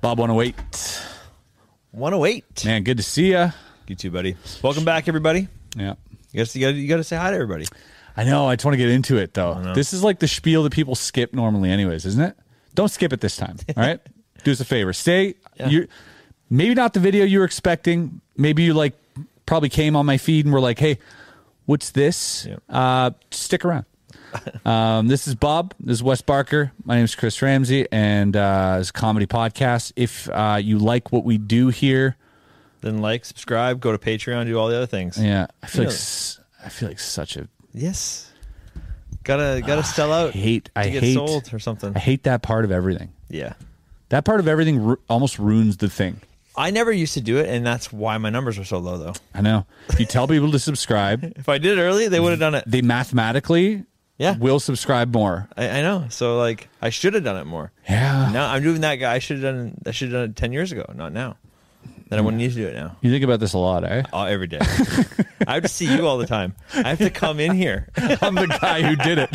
Bob 108. 108. Man, good to see you. You too, buddy. Welcome back, everybody. Yeah. You guys, you got you to say hi to everybody. I know. I just want to get into it, though. This is like the spiel that people skip normally, anyways, isn't it? Don't skip it this time. All right. Do us a favor. Stay. You maybe not the video you were expecting. Maybe you like probably came on my feed and were like, "Hey, what's this?" Yeah. Uh, stick around. um, this is Bob. This is Wes Barker. My name is Chris Ramsey, and uh, it's a comedy podcast. If uh, you like what we do here, Then like, subscribe, go to Patreon, do all the other things. yeah, I feel You like know- s- I feel like such a Yes. Gotta gotta sell out. hate. Ah, I to get hate sold or something. I hate that part of everything. Yeah. That part of everything ru- almost ruins the thing. I never used to do it, and that's why my numbers are so low though. I know. If you tell people to subscribe, If I did it early, they would have done it. they mathematically Yeah. will subscribe more. I, I know. So like I should have done it more. Yeah. Now I'm doing that guy. I should have done I should have done it ten years ago, not now. Then I wouldn't need to do it now. You think about this a lot, eh? All, every day. I have to see you all the time. I have to come in here. I'm the guy who did it.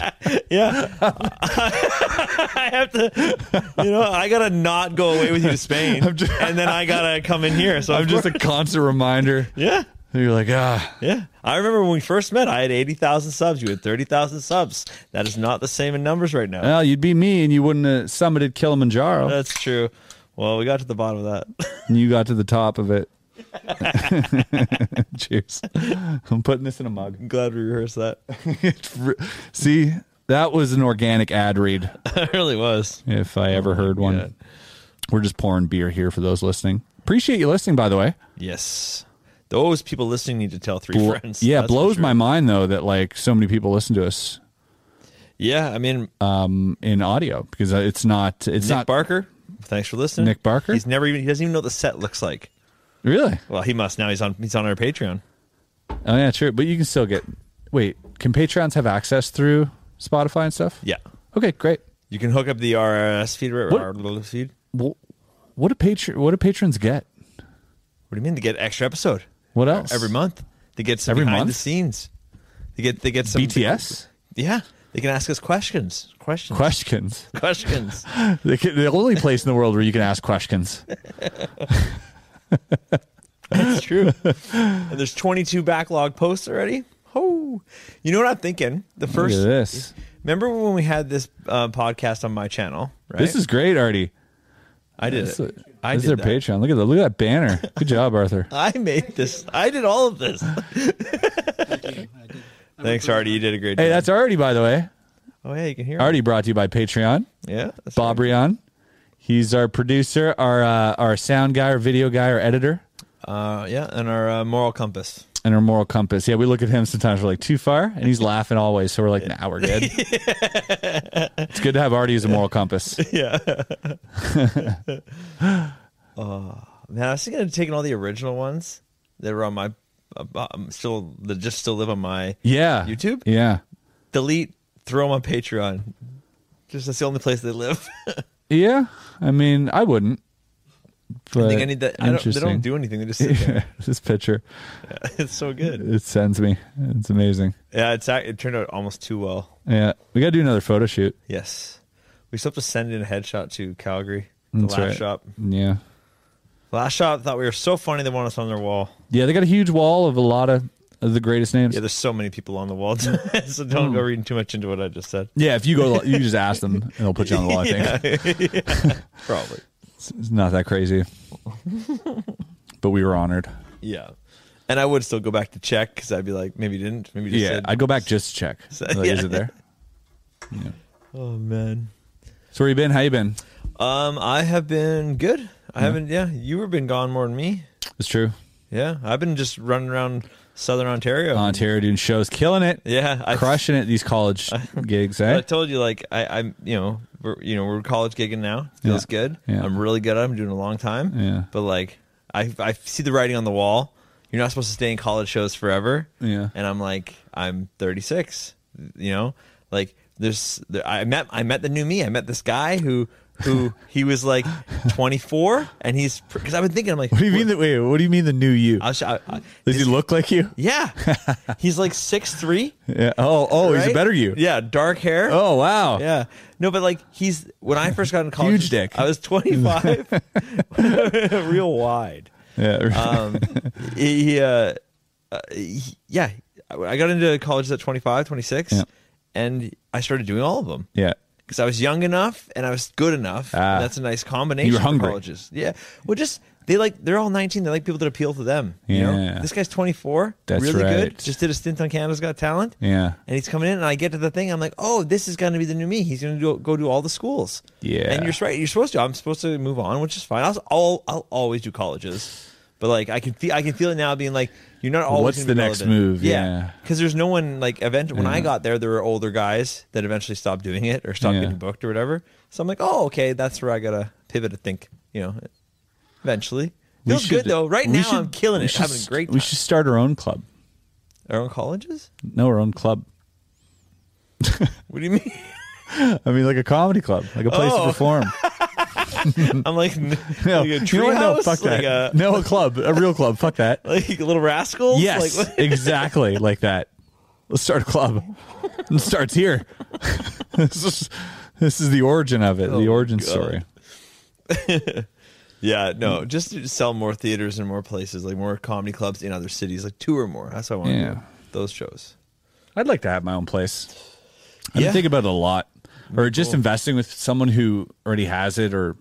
Yeah. I have to, you know, I got to not go away with you to Spain. and then I got to come in here. So I'm I'm just, just a constant reminder. yeah. You're like, ah, Yeah. I remember when we first met, I had 80,000 subs. You had 30,000 subs. That is not the same in numbers right now. well, you'd be me and you wouldn't have summited Kilimanjaro. That's true. Well, we got to the bottom of that. And you got to the top of it. Cheers. I'm putting this in a mug. I'm glad we rehearsed that. It's re- See, that was an organic ad read. it really was. if I ever heard one. Oh God. We're just pouring beer here for those listening. Appreciate you listening, by the way. Yes. Those people listening need to tell three Bl- friends. yeah, That's for blows sure. my mind though that like so many people listen to us um, Yeah. I mean, in audio because it's not it's Nick Uh, not Barker, thanks for listening. Nick Barker? He's never even, he doesn't even know what the set looks like. really. Well, he must now. He's on. He's on our Patreon. Oh yeah, true. But you can still get. Wait, can Patreons have access through Spotify and stuff? Yeah, Okay, great. you can hook up the RSS feed or What- our little feed. Well, what do patron What do patrons get? What do you mean? They get extra episode What else? every month. They get some Every behind the month? scenes. They get they get some BTS yeah, they can ask us questions. Questions. questions. questions. They can- the only place in the world where you can ask questions. That's true. and there's 22 backlog posts already. Oh, you know what I'm thinking? The Look first. at this. Remember when we had this uh, podcast on my channel? Right. This is great, Artie. I did This it. is- I this did is that. their Patreon. Look at that. Look at that banner. Good job, Arthur. I made this. I did all of this. Thanks, Artie. You did a great job. Hey, that's Artie, by the way. oh, yeah, you can hear me. Artie brought to you by Patreon. Yeah. that's Bob Rion. He's our producer, our uh, our sound guy, our video guy, our editor, right. Uh, yeah, and our uh, moral compass. and our moral compass. Yeah, we look at him sometimes. We're like too far, and he's laughing always. So we're like, nah, we're good. it's good to have Artie as a moral compass. Yeah. oh, man, I was thinking of taking all the original ones that were on my, uh, um, still that just still live on my Yeah. YouTube? Yeah. delete, throw them on Patreon. Just that's the only place they live. Yeah. I mean, I wouldn't. But I think I need that. I don't, they don't interesting. do anything. They just sit there. this picture. it's so good. It sends me. It's amazing. Yeah, it's act- it turned out almost too well. Yeah, we got to do another photo shoot. Yes. We still have to send in a headshot to Calgary, the That's last right. shop. Yeah. Last shop thought we were so funny they want us on their wall. Yeah, they got a huge wall of a lot of, of the greatest names. Yeah, Yeah, there's so many people on the wall, so don't Hmm. go reading too much into what I just said. if you go, you just ask them, and they'll put you on the wall. I think Probably. it's, it's not that crazy, but we were honored. Yeah. And I would still go back to check because I'd be like, maybe you didn't. Maybe you just Yeah, said. I'd go back just to check. Said- Like, Is yeah. it there? oh, man. So where you been? How you been? Um, I have been good. I Hmm. haven't, yeah, you have been gone more than me. It's true. Yeah. I've been just running around southern Ontario. Ontario doing shows, killing it, yeah. I, crushing it. These college gigs, I eh? told you, like I, I'm, you know, we're, you know, we're college gigging now. It feels Yeah. good. Yeah. I'm really good. at it. I'm doing it a long time. Yeah. But like, I, I see the writing on the wall. You're not supposed to stay in college shows forever. Yeah. And I'm like, I'm 36. You know, like there's, there, I met, I met the new me. I met this guy who who he was like 24, and he's because I've been thinking I'm like, What do you mean that? Wait, what do you mean the new you? I was, I, I, Does he look like you? yeah, he's like six three. Yeah. Oh, oh, he's a better you. Yeah, dark hair. Oh, wow. Yeah. No, but like he's when I first got in college, Huge dick. I was 25, real wide. Yeah. Um, he, he, uh, uh, he- yeah, I got into college at 25, 26, Yeah. and I started doing all of them yeah. because I was young enough and I was good enough. Ah. That's a nice combination. You were for hungry. colleges. Yeah. Well, just they like they're all 19. They like people that appeal to them. You Yeah. know, this guy's 24. That's really right. good. Just did a stint on Canada's Got Talent. Yeah. And he's coming in, and I get to the thing. I'm like, oh, this is going to be the new me. He's going to do, go do all the schools. Yeah. And you're right. You're supposed to. I'm supposed to move on, which is fine. I'll I'll, I'll always do colleges, but like I can feel I can feel it now, being like, you're not always. What's gonna the be next relevant. move? Yeah. Because there's no one like event. When I got there, there were older guys that eventually stopped doing it or stopped Yeah. getting booked or whatever. So I'm like, oh, okay, that's where I gotta pivot to think. You know, eventually. We Feels should- good though. Right we now, should- I'm killing we it. should- Having a great time. We should start our own club. Our own colleges? No, our own club. What do you mean? I mean, like a comedy club, like a place Oh. to perform. I'm like, no, No, you know what? like a No, treehouse, fuck like that. a no, a club, a real club. Fuck that. like a little rascals. Yes, like, what- exactly like that. Let's start a club. It starts here. this is this is the origin of it. the origin Oh, God. story. yeah, Hmm. no, just to sell more theaters and more places, like more comedy clubs in other cities, like two or more. That's what I want to Yeah. do. Those shows. I'd like to have my own place. I've Yeah. been thinking about it a lot, or just investing with someone who already has it or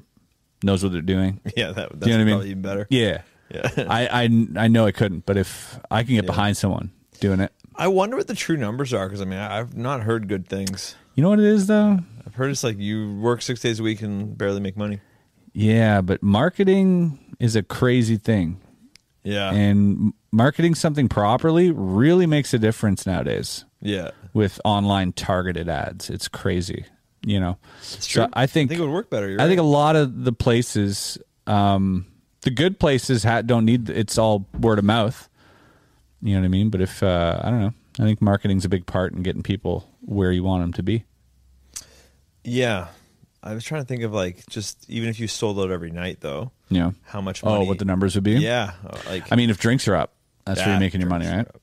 knows what they're doing. Yeah, that, that's Do you know what I mean? probably even better. Yeah. Yeah. I, I I know I couldn't, but if I can get behind someone doing it, I wonder what the true numbers are because I mean I, I've not heard good things. you know what it is though. I've heard it's like you work six days a week and barely make money. Yeah, but marketing is a crazy thing. Yeah, And marketing something properly really makes a difference nowadays yeah. with online targeted ads. It's crazy, you know. So true. I I think think it would work better. You're I think a right. lot of the places, um, the good places ha- don't need. It's all word of mouth. You know what I mean? But if uh, I don't know, I think marketing's a big part in getting people where you want them to be. yeah. I was trying to think of like just even if you sold out every night though, You know? how much? Oh, money? what the numbers would be? Yeah, uh, like I mean, if drinks are up, that's where that you're making your money, drinks right? are up.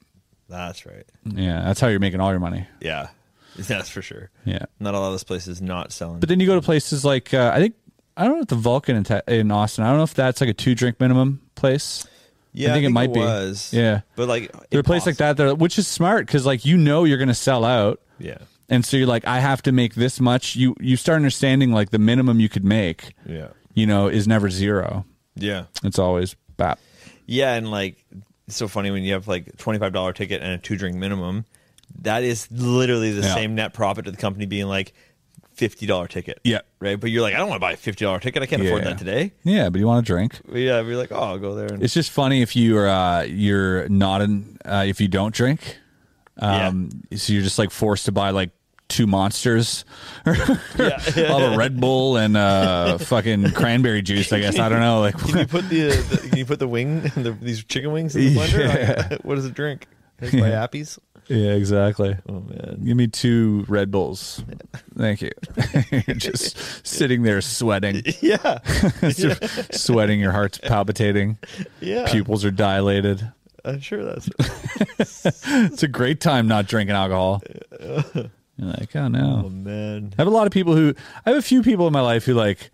That's right. Yeah, that's how you're making all your money. Yeah, that's for sure. Yeah. Not a lot of those places not selling. But then you go to places like uh, I think I don't know if the Vulcan in, Ta- in Austin. I don't know if that's like a two drink minimum place. yeah, I think it might be. was. Yeah. but like There are places like that, that, which is smart because like you know you're going to sell out, impossible. and so you're like I have to make this much. You you start understanding like the minimum you could make, Yeah, yeah, you know, is never zero. yeah. It's always bap. Yeah, and like it's so funny when you have like twenty five dollar ticket and a two drink minimum. That is literally the Yeah. same net profit to the company being like fifty dollar ticket. Yeah. right. But you're like, I don't want to buy a fifty dollar ticket. I can't afford Yeah. that today. Yeah, but you want to drink. Yeah, we're like, oh, I'll go there. And, It's just funny if you're uh, you're not in uh, if you don't drink, um, so you're just like forced to buy like two monsters, yeah, a lot of Red Bull and uh, fucking cranberry juice. I guess I don't know. Like Can you put the, uh, the can you put the wing the, these chicken wings in the blender? what does it drink? Like my appies. yeah, exactly. Oh man. Give me two Red Bulls. Thank you. You're just sitting there sweating, Yeah. sweating. Your heart's palpitating. Yeah. Pupils are dilated. I'm sure that's It's a great time not drinking alcohol. You're like, oh no. Oh man. I have a lot of people who I have a few people in my life who like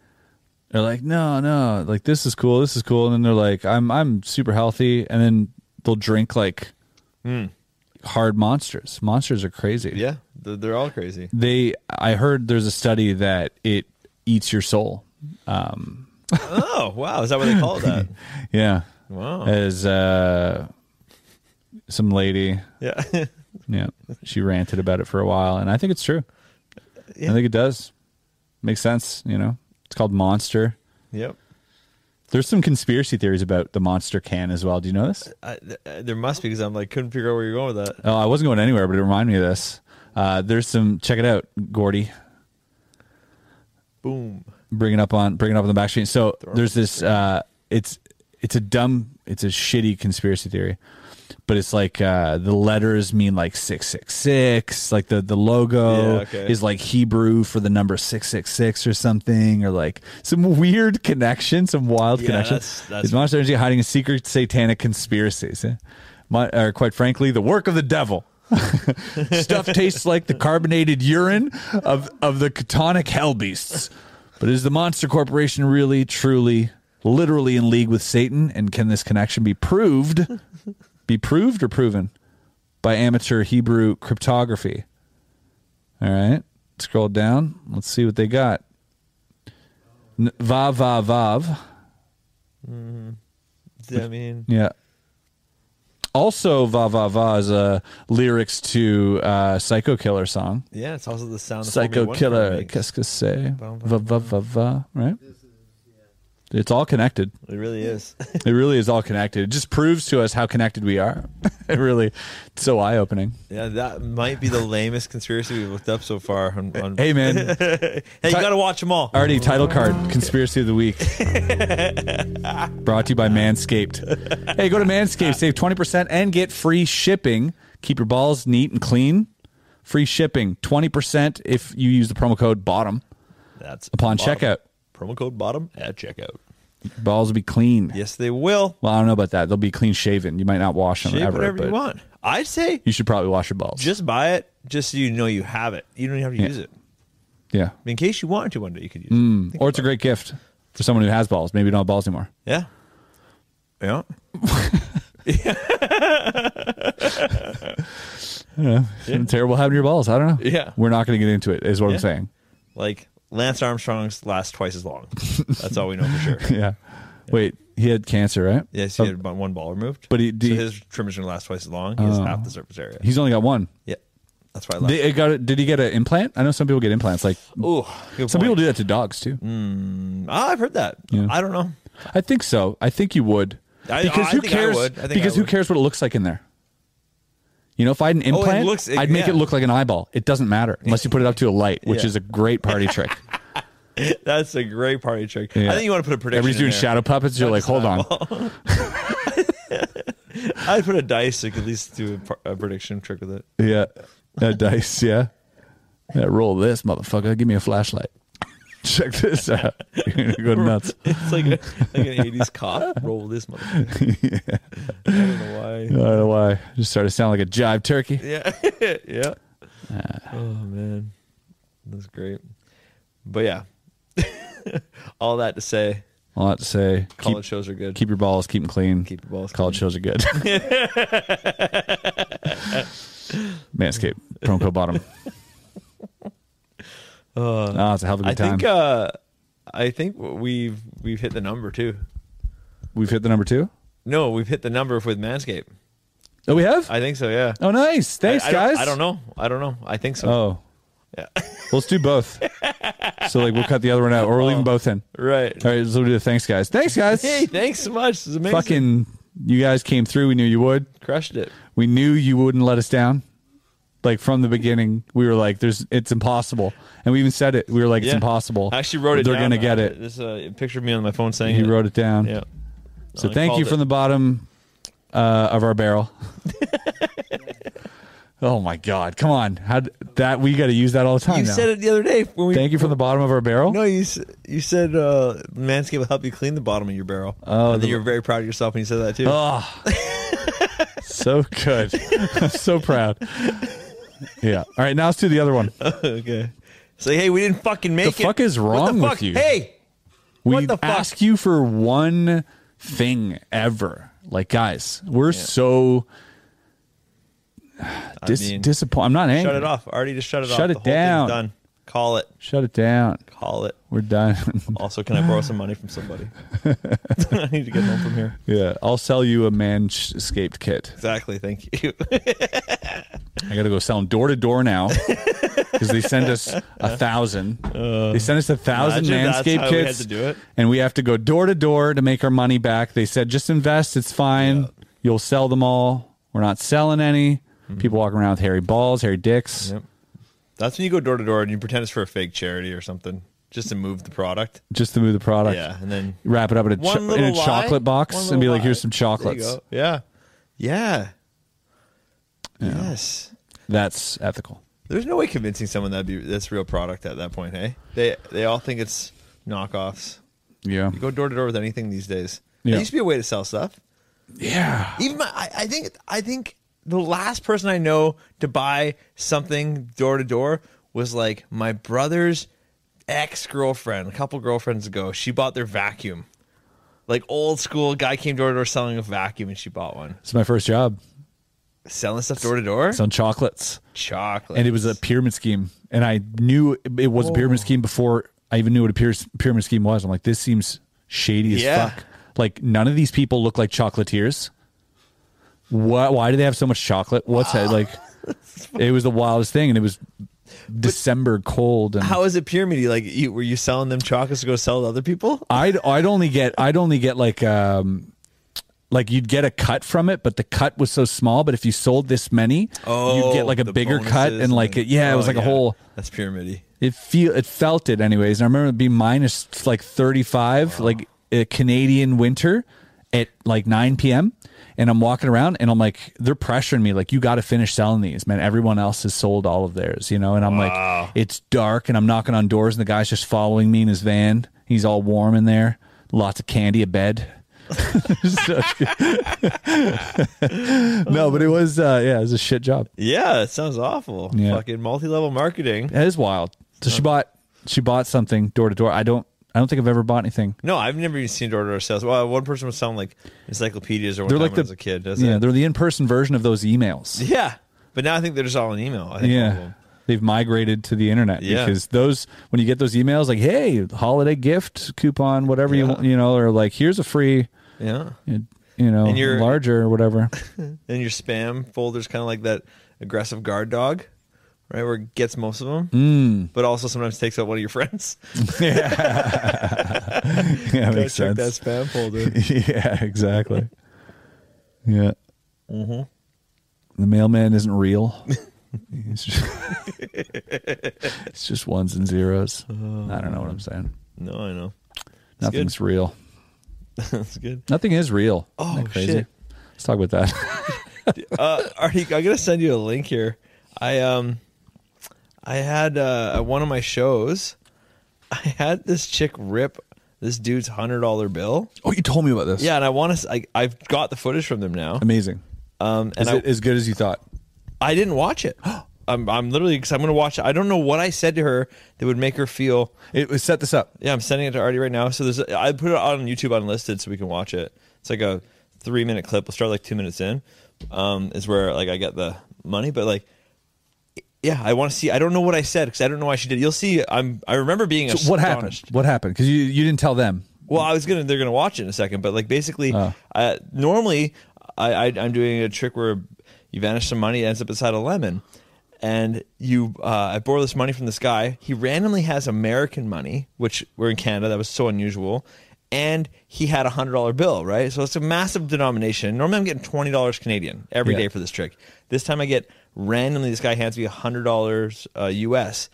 are like, no, no, like this is cool, this is cool, and then they're like, I'm I'm super healthy, and then they'll drink like hard monsters. Monsters are crazy. Hmm. Yeah. They're, they're all crazy. They I heard there's a study that it eats your soul. Oh, wow. Is that what they call that? Yeah. Wow. As uh some lady Yeah. yeah she ranted about it for a while and I think it's true. Yeah. I think it does. Makes sense, you know. It's called monster. yep. There's some conspiracy theories about the monster can as well. Do you know this? I, th- uh, there must be because I'm like couldn't figure out where you're going with that. Oh, I wasn't going anywhere, but it reminded me of this. Uh, there's some. Check it out, Gordy. Boom. Bring it up on bring it up on the back screen. So there's this. Uh, it's it's a dumb. It's a shitty conspiracy theory, but it's like uh, the letters mean like six six six. Like the the logo Yeah, okay. is like Hebrew for the number six six six or something, or like some weird connection, some wild Yeah, connection. that's- that's- is Monster Energy hiding a secret satanic conspiracy? Is it? Mon- or uh, quite frankly, the work of the devil. Stuff tastes like the carbonated urine of of the catonic hell beasts. But is the Monster Corporation really, truly, literally in league with Satan? And can this connection be proved? Be proved or proven by amateur Hebrew cryptography? All right, scroll down. Let's see what they got. N- Vav vav vav. I mean, Yeah. Also, Va Va Va is uh, lyrics to uh, Psycho Killer song. yeah, it's also the sound. of Formula Psycho One Killer, makes. qu'est-ce que c'est? Bum, Va Va Va Va, right? It's all connected. It really is. It really is all connected. It just proves to us how connected we are. it really, it's so eye opening. yeah, that might be the lamest conspiracy we've looked up so far. On, on... Hey, man. hey, you got to watch them all. Already, title card Conspiracy of the Week. Brought to you by Manscaped. Hey, go to Manscaped, save 20% and get free shipping. Keep your balls neat and clean. Free shipping, 20% if you use the promo code BOTTOM. That's Upon bottom. checkout, Promo code bottom at checkout. balls will be clean. Yes, they will. Well, I don't know about that. They'll be clean shaven. You might not wash them Shave ever, whatever but you want. I'd say you should probably wash your balls. just buy it, just so you know you have it. You don't even have to use it. yeah. In case you wanted to one day, you could use it. Or it's a great gift for someone who has balls. Maybe you don't have balls anymore. Yeah. Yeah. Something terrible happened to your balls. I don't know. Yeah. We're not going to get into it, is what Yeah. I'm saying. Like Lance Armstrong's lasts twice as long. That's all we know for sure. yeah. Wait, he had cancer, right? Oh, Yes, he had about one ball removed. But he- so do you- his trimmer's gonna last twice as long. He has half the surface area. He's only got one. Yeah. That's why I They left. it got it. Did he get an implant? I know some people get implants. Like Ooh, good some people point. do that to dogs too. Ah, I've heard that. Yeah. I don't know. I think so. I think you would. I- because I who think I cares? would. I think I because who would. cares what it looks like in there? You know, if I had an implant, looks- it- I'd make yeah. it look like an eyeball. It doesn't matter unless you put it up to a light, which Yeah. is a great party trick. That's a great party trick. Yeah. I think you want to put a prediction. Everybody's in doing there. shadow puppets. You're like, hold on. I'd put a dice to at least do a, par- a prediction trick with it. Yeah. That dice, yeah. Yeah, roll this, motherfucker. Give me a flashlight. Check this out. You're going to go nuts. It's like, a, like an eighties cop. Roll this motherfucker. I don't know why. I don't know why. Just started to sound like a jive turkey. Yeah, yeah. Ah. Oh man, that's great. But yeah, all that to say, A lot to say. college Keep, shows are good. keep your balls, keep them clean. Keep your balls College shows are good. Manscaped, promo code bottom. Ah, it's a hell of a good Uh, I time. think uh, I think we've we've hit the number too. We've hit the number two. No, we've hit the number with Manscaped. Oh, we have? I think so. Yeah. oh, nice. Thanks, I, I guys. Don't, I don't know. I don't know. I think so. Oh. Yeah. Let's do both. so, like, we'll cut the other one out or we're leaving both in. Right. All right, so we'll do the thanks, guys. Thanks, guys. Oh. Hey, thanks so much. This is amazing. Fucking, you guys came through. We knew you would. crushed it. We knew you wouldn't let us down. Like from the beginning, we were like, "There's, it's impossible," and we even said it. We were like, "It's Yeah. impossible." I actually wrote it. They're down. gonna get Uh, it. There's a picture of me on my phone saying He it. wrote it down. Yeah. So I thank you called from it. the bottom uh, of our barrel. oh my God! Come on, how that we got to use that all the time. You now. said it the other day when we. Thank you from the bottom of our barrel. No, you s- you said uh, Manscaped will help you clean the bottom of your barrel. Oh, and the- then you're very proud of yourself when you said that too. Oh, so good. I'm so proud. Yeah. All right, now let's do the other one. okay. Say, hey, we didn't fucking make it. fuck is What the wrong with fuck? you? Hey, We What the fuck? ask you for one thing ever. Like, guys, we're so dis- mean, disappointed. I'm not angry. shut it off. Already just shut it off. Shut it The whole thing's down. Done. Call it. Shut it down. Call it. We're done. Also, can I borrow some money from somebody? I need to get home from here. yeah, I'll sell you a manscaped kit. Exactly. Thank you. I gotta go sell them door to door now because they send us a thousand. they send us a thousand Uh, imagine that's Manscaped how we had kits, to do it. and we have to go door to door to make our money back. They said just invest; it's fine. You'll sell them all. We're not selling any. People walking around with hairy balls, hairy dicks. Mm-hmm. Yep. That's when you go door to door and you pretend it's for a fake charity or something, just to move the product. Just to move the product. Yeah, and then Wrap it up in a, cho- one in little a lie, chocolate box one and be little like, "Here's some lie. There you chocolates." go. Yeah, Yeah. Yes. That's ethical. There's no way convincing someone that be that's real product at that point, hey? They they all think it's knockoffs. Yeah. You go door to door with anything these days. Yeah. There used to be a way to sell stuff. Yeah. Even my, I, I think I think the last person I know to buy something door to door was like my brother's ex girlfriend. A couple girlfriends ago, she bought their vacuum. Like old school guy came door to door selling a vacuum, and she bought one. It's my first job. Selling stuff door to door. It's on chocolates. Chocolate. And it was a pyramid scheme. And I knew it was a Oh. pyramid scheme before I even knew what a pyra- pyramid scheme was. I'm like, this seems shady as Yeah. fuck. Like, none of these people look like chocolatiers. Why, why do they have so much chocolate? What's that? Like, it was the wildest thing. And it was December cold. And How is it pyramid? Like, you, were you selling them chocolates to go sell to other people? I'd, I'd only get, I'd only get like, um, like you'd get a cut from it, but the cut was so small. But if you sold this many, Oh, you'd get like a the bigger cut, bonuses and like it, yeah, it oh, was like a whole That's pyramidy. it feel it felt it anyways. And I remember it being minus like 35, like a Canadian winter at like 9 p.m. And I'm walking around and I'm like, they're pressuring me, like, you got to finish selling these, man. Everyone else has sold all of theirs, you know? And I'm like, it's dark and I'm knocking on doors and the guy's just following me in his van. He's all warm in there, lots of candy, a bed. So- no, but it was, uh, yeah, it was a shit job. Yeah, that sounds awful. Yeah. Fucking multi-level marketing. That is wild. So she bought she bought something door to door. I don't I don't think I've ever bought anything. No, I've never even seen door-to-door sales. Well, one person was selling like encyclopedias or one They're time like when the I was a kid. Does Yeah, it? they're the in person version of those emails. Yeah, but now I think they're just all in email. I think all of Yeah. them. They've migrated to the internet Yeah. because those when you get those emails like, hey, holiday gift coupon, whatever you Yeah. want, you know, or like here's a free, yeah. you know, And you're- larger or whatever. And your spam folder's kind of like that aggressive guard dog, right? Where it gets most of them, Hmm. mm. but also sometimes takes out one of your friends. yeah, Gotta makes check sense. that spam folder. yeah, exactly. yeah. Mm-hmm. The mailman isn't real. it's, just, it's just ones and zeros. I don't know what I'm saying. no, I know. That's Oh, good. Nothing's real. That's good. Nothing is real. Isn't Oh, that crazy? shit. Let's talk about that. uh, Artie, I'm gonna send you a link here. I um, I had uh, at one of my shows, I had this chick rip this dude's hundred dollar bill. oh, you told me about this. Yeah, and I want to. I I've got the footage from them now. Amazing. Um, and Is I, it as good as you thought? I didn't watch it. I'm I'm literally because I'm gonna watch it. I don't know what I said to her that would make her feel. It was set this up. Yeah, I'm sending it to Artie right now. So there's I put it on YouTube unlisted so we can watch it. It's like a three minute clip. We'll start like two minutes in. Um, is where like I get the money, but like. Yeah, I want to see. I don't know what I said because I don't know why she did. You'll see. I'm. I remember being So what happened? astonished. What happened? Because you, you didn't tell them. Well, I was gonna. They're gonna watch it in a second, but like basically, uh, normally I, I I'm doing a trick where you vanish some money, it ends up inside a lemon, and you uh, I borrow this money from this guy. He randomly has American money, which we're in Canada. That was so unusual. And he had a hundred dollar bill, right? So it's a massive denomination. Normally, I'm getting twenty dollars Canadian every Yeah. day for this trick. This time, I get randomly this guy hands me hundred dollars uh, U.S.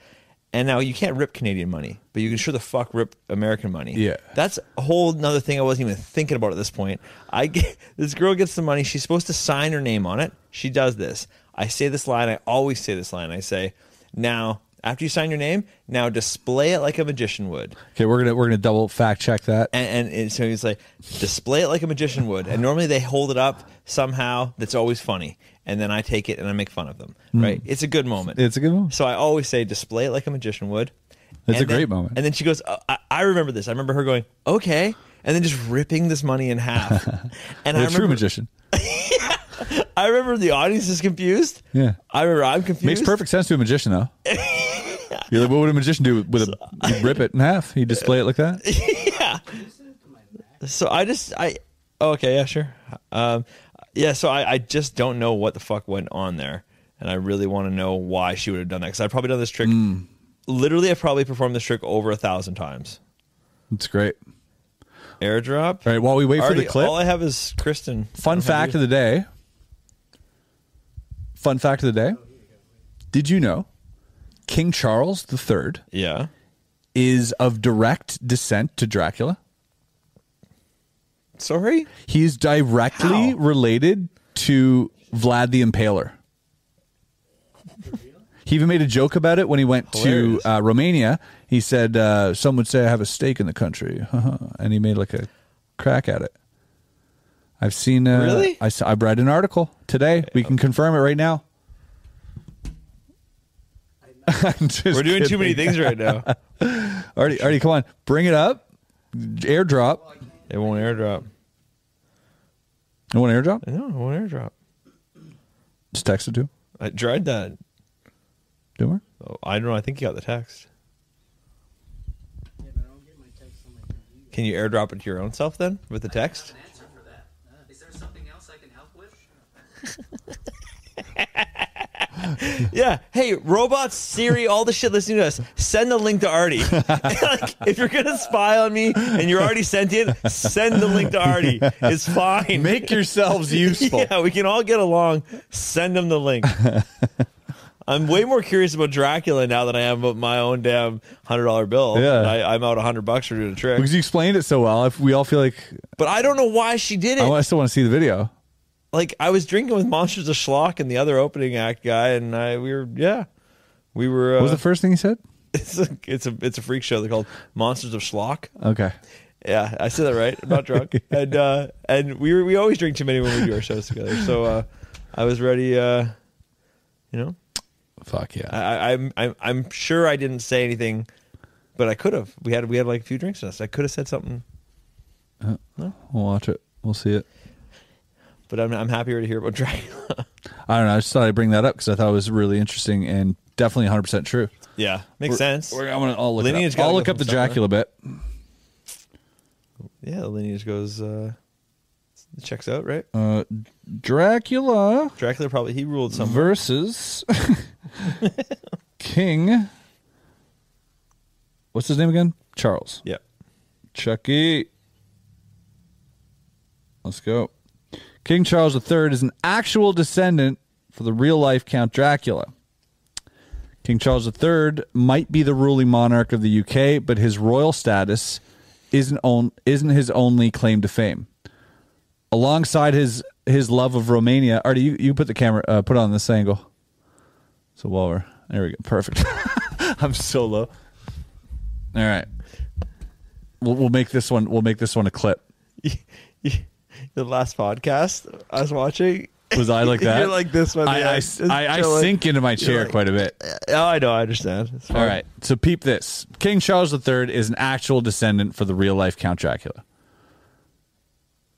And now you can't rip Canadian money, but you can sure the fuck rip American money. Yeah. That's a whole nother thing I wasn't even thinking about at this point. I get, this girl gets the money. She's supposed to sign her name on it. She does this. I say this line. I always say this line. I say, now, after you sign your name, now display it like a magician would. Okay, we're gonna we're gonna double fact check that. And, and, and so he's like, display it like a magician would. And normally they hold it up somehow. That's always funny. And then I take it and I make fun of them. Right? It's a good moment. Hmm. It's a good one. So I always say, display it like a magician would. That's And a great then- moment. And then she goes, uh, I, I remember this. I remember her going, okay. And then just ripping this money in half. And I The true remember, magician I remember the audience is confused. Yeah. I remember I'm confused. makes perfect sense to a magician though. You're like, what would a magician do with a? You rip it in half. You display it like that. So I just, I, oh, okay, yeah, sure. Um, yeah, so I, I just don't know what the fuck went on there. And I really want to know why she would have done that. Because I've probably done this trick, Mm. literally, I've probably performed this trick over a thousand times. It's great. Airdrop. All right, while we wait for Already, the clip, All I have is Kristen. fun fact of the day. Fun fact of the day. Did you know King Charles III Yeah. is of direct descent to Dracula? Sorry? He's directly How? related to Vlad the Impaler. He even made a joke about it when he went Hilarious. to uh, Romania. He said, uh, "Some would say I have a stake in the country," and he made like a crack at it. I've seen. Uh, Really? I, saw, I read an article today. We can confirm it right now. I'm just We're doing too kidding. many things right now. Artie, Artie, come on, bring it up. Airdrop. It won't airdrop. You want an airdrop? No, it won't airdrop. Just text it to him. I tried that. Do more. Oh, I don't know. I think you got the text. Yeah, but I don't get my text on my computer. Can you airdrop it to your own self then with the text? An answer for that. Is there something else I can help with? Yeah. Hey, robots, Siri, all the shit listening to us, send the link to Artie. like, if you're gonna spy on me and you're already sentient, send the link to Artie. It's fine. Make yourselves useful. Yeah, we can all get along. Send them the link. I'm way more curious about Dracula now than I am about my own damn hundred dollar bill. Yeah. I, I'm out hundred bucks for doing a trick. Because you explained it so well, if we all feel like But I don't know why she did it. I, wa- I still want to see the video. like I was drinking with Monsters of Schlock and the other opening act guy, and I we were yeah, we were. What Uh, was the first thing you said? it's a it's a it's a freak show. They're called Monsters of Schlock. Okay. Yeah, I said that right. I'm not drunk, and uh, and we were, we always drink too many when we do our shows together. So uh, I was ready. Uh, you know, Fuck yeah. I, I, I'm I'm I'm sure I didn't say anything, but I could have. We had we had like a few drinks in us. I could have said something, we'll watch it. We'll see it. but I'm I'm happier to hear about Dracula. I don't know. I just thought I'd bring that up because I thought it was really interesting and definitely 100% true. yeah, makes We're- sense. We're, I'm gonna, I'll look, it Lineage up. gotta I'll go look up the from somewhere. Dracula bit. Yeah, the lineage goes. Uh, it checks out, right? Uh, Dracula Dracula probably he ruled some. versus King. What's his name again? Charles. yeah, Chucky. Let's go. King Charles III is an actual descendant for the real life Count Dracula. King Charles III might be the ruling monarch of the UK, but his royal status isn't on, isn't his only claim to fame. Alongside his his love of Romania, Artie, you, you put the camera uh, put it on this angle. So while we're there, we go. Perfect. I'm so low. All right we'll, we'll make this one we'll make this one a clip the last podcast I was watching. was i like that You're like this by the i, I, end. Just I, I chilling. sink into my chair like- quite a bit Oh, I know. I understand. It's fine. all right so peep this king charles iii is an actual descendant for the real life count dracula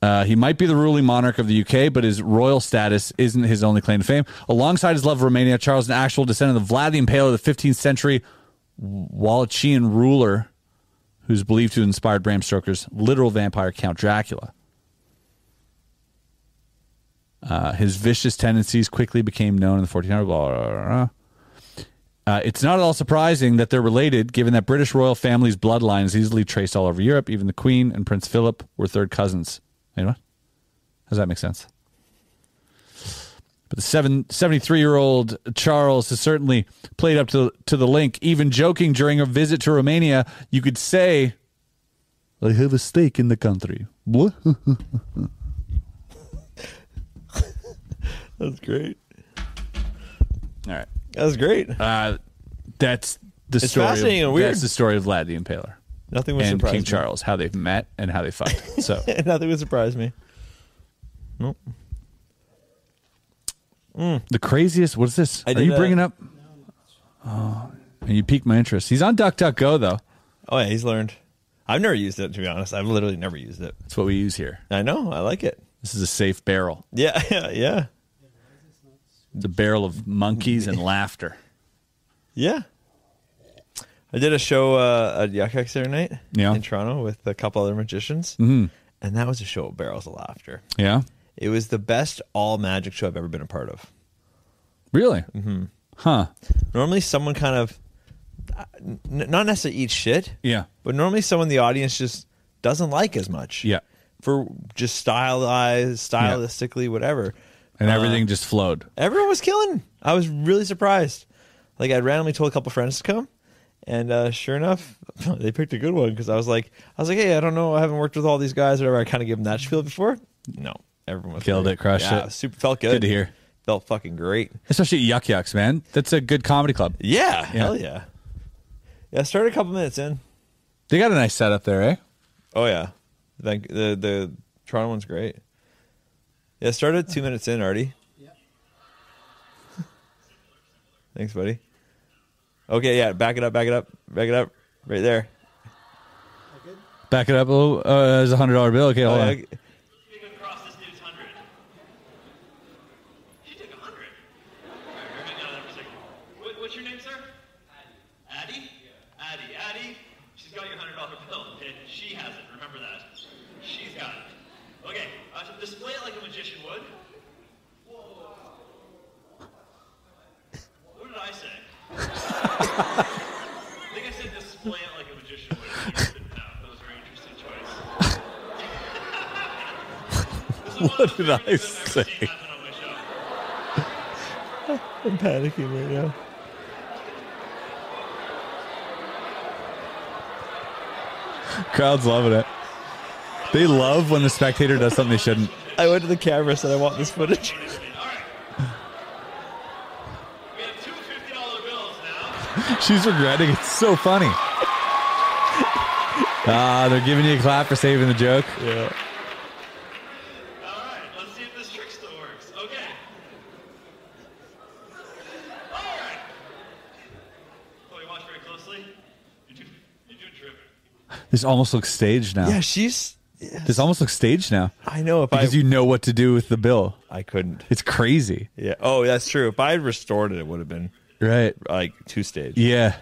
uh, he might be the ruling monarch of the UK, but his royal status isn't his only claim to fame. Alongside his love of Romania, Charles is an actual descendant of Vlad the Impaler, the 15th century Wallachian ruler who's believed to have inspired Bram Stoker's literal vampire Count Dracula. Uh, his vicious tendencies quickly became known in the 1400s. Blah, blah, blah, blah. Uh, it's not at all surprising that they're related, given that British royal families' bloodline is easily traced all over Europe. Even the Queen and Prince Philip were third cousins. Wait, what? How does that make sense? But the seven, 73-year-old Charles has certainly played up to, to the link. Even joking during a visit to Romania, you could say, I have a stake in the country. What? That's great. All right. That was great. Uh, that's the It's story. fascinating of, and weird. That's the story of Vlad the Impaler Nothing was and surprising. King Charles, how they've met and how they fucked. So Nothing would surprise me. Nope. the craziest. What is this? I Are did you a- bringing up? Oh, and you piqued my interest. He's on DuckDuckGo though. Oh yeah, he's learned. I've never used it to be honest. I've literally never used it. That's what we use here. I know. I like it. This is a safe barrel. Yeah, yeah, yeah, It's a barrel of monkeys and laughter. yeah. I did a show uh, at Yuck Yucks the other night Yeah. Mm-hmm. in Toronto with a couple other magicians, and that was a show of barrels of laughter. Yeah, It was the best all magic show I've ever been a part of. really? Mm-hmm. Huh? Normally, someone kind of, uh, n- not necessarily eats shit, Yeah. but normally someone in the audience just doesn't like as much. Yeah. For just stylized, stylistically, whatever. And Uh, everything just flowed. everyone was killing. I was really surprised. Like I randomly told a couple friends to come, and uh, sure enough, they picked a good one because I was like, I was like, hey, I don't know, I haven't worked with all these guys, or whatever. I kind of give them that spiel before. No, Everyone was Killed great. it, crushed yeah, it. Super felt good. Good to hear. Felt fucking great. Especially at Yuck Yucks, man. That's a good comedy club. Yeah, hell yeah. Yeah, started a couple minutes in. They got a nice setup there, eh? Oh yeah, Thank the the Toronto one's great. Yeah, started two minutes in already. Yep. Thanks, buddy. Okay, yeah, back it up, back it up, back it up, right there. That good? Back it up a little. Uh, there's a hundred dollar bill. Okay, hold Oh, yeah, on. okay. Big across this dude's hundred. She took a hundred. What, what's your name, sir? Addie. Addie? Addie. Addie. She's got your hundred dollar bill, and she has it. Remember that. She's got it. Okay, uh, so display it like a magician would. What did I say? I think I said display it like a magician would. That was a very interesting choice. What did I say? I'm panicking right now. Crowd's loving it. They love when the spectator does something they shouldn't. I went to the camera said I want this footage. We have two $50 bills now. She's regretting. It's so funny. Ah, they're giving you a clap for saving the joke. Yeah. All right, let's see if this trick still works. Okay. All right. Chloe, watch very closely. You're doing, you're doing terrific. This almost looks staged now. Yeah, she's. This almost looks staged now I know if I because you know what to do with the bill. I couldn't. It's crazy, Yeah. Oh, that's true. If I had restored it, it would have been right? like two stage. Yeah.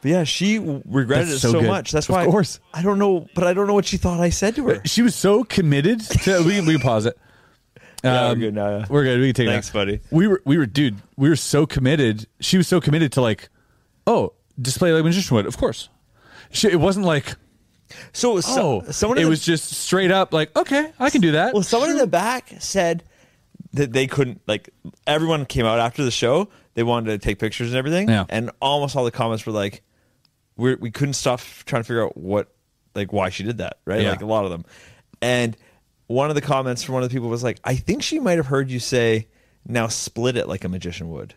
But yeah, she w- regretted That's it so so good. much. That's Of why. course. Uh, um, I don't know, but I don't know what she thought I said to her. She was so committed to. We, we can pause it. Um, Yeah, we're good now, yeah. We're good. We can take it. Thanks, now. buddy. We were, we were, dude. We were so committed. She was so committed to like, oh, display like a magician would. Of course. She, it wasn't like So, so oh, someone It in the, was just straight up like, okay, I can do that. well, someone in the back said that they couldn't. Like everyone came out after the show, they wanted to take pictures and everything, Yeah. and almost all the comments were like, "We we couldn't stop trying to figure out what, like, why she did that, right? Yeah. Like a lot of them." And one of the comments from one of the people was like, "I think she might have heard you say, now split it like a magician would,"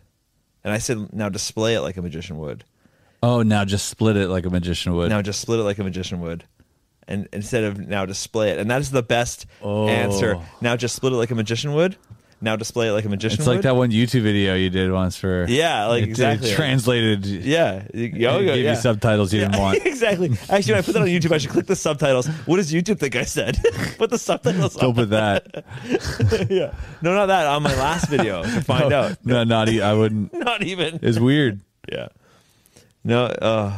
and I said, "Now display it like a magician would." oh, now just split it like a magician would. now just split it like a magician would and instead of now display it and that is the best Oh. answer now just split it like a magician would now display it like a magician it's like would. that one YouTube video you did once for Yeah, like, It- it exactly. translated. yeah Y- yo, It yo, gave yeah. you subtitles you didn't Yeah, want. exactly actually when i put that on youtube i should click the subtitles what does youtube think i said put the subtitles Don't on put that. yeah no not that on my last video to find out No, not e- I wouldn't. not even It's weird. yeah no uh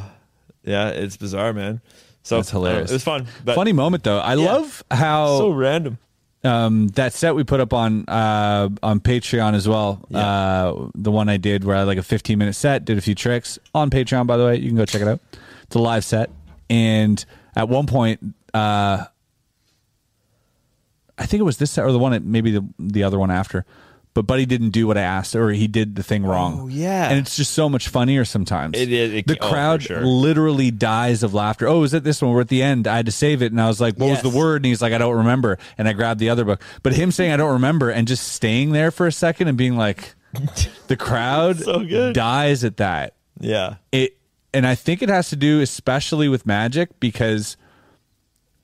yeah it's bizarre man so That's hilarious. uh, it was fun but Funny moment though. I love how so random um, that set we put up on uh, on Patreon as well. Yeah. Uh, the one I did where I had like a 15 minute set, did a few tricks on Patreon. By the way, you can go check it out. It's a live set, and at one point, uh, I think it was this set or the one that- maybe the the other one after. But Buddy didn't do what I asked, or he did the thing wrong. Oh, yeah. and it's just so much funnier sometimes. It is- it- the oh, for crowd sure. literally dies of laughter. Oh, is it this one? We're at the end. I had to save it, and I was like, "What was Yes. the word?" And he's like, "I don't remember." And I grabbed the other book, but him saying, "I don't remember," and just staying there for a second and being like, "The crowd So good. dies at that." yeah It, and I think it has to do especially with magic because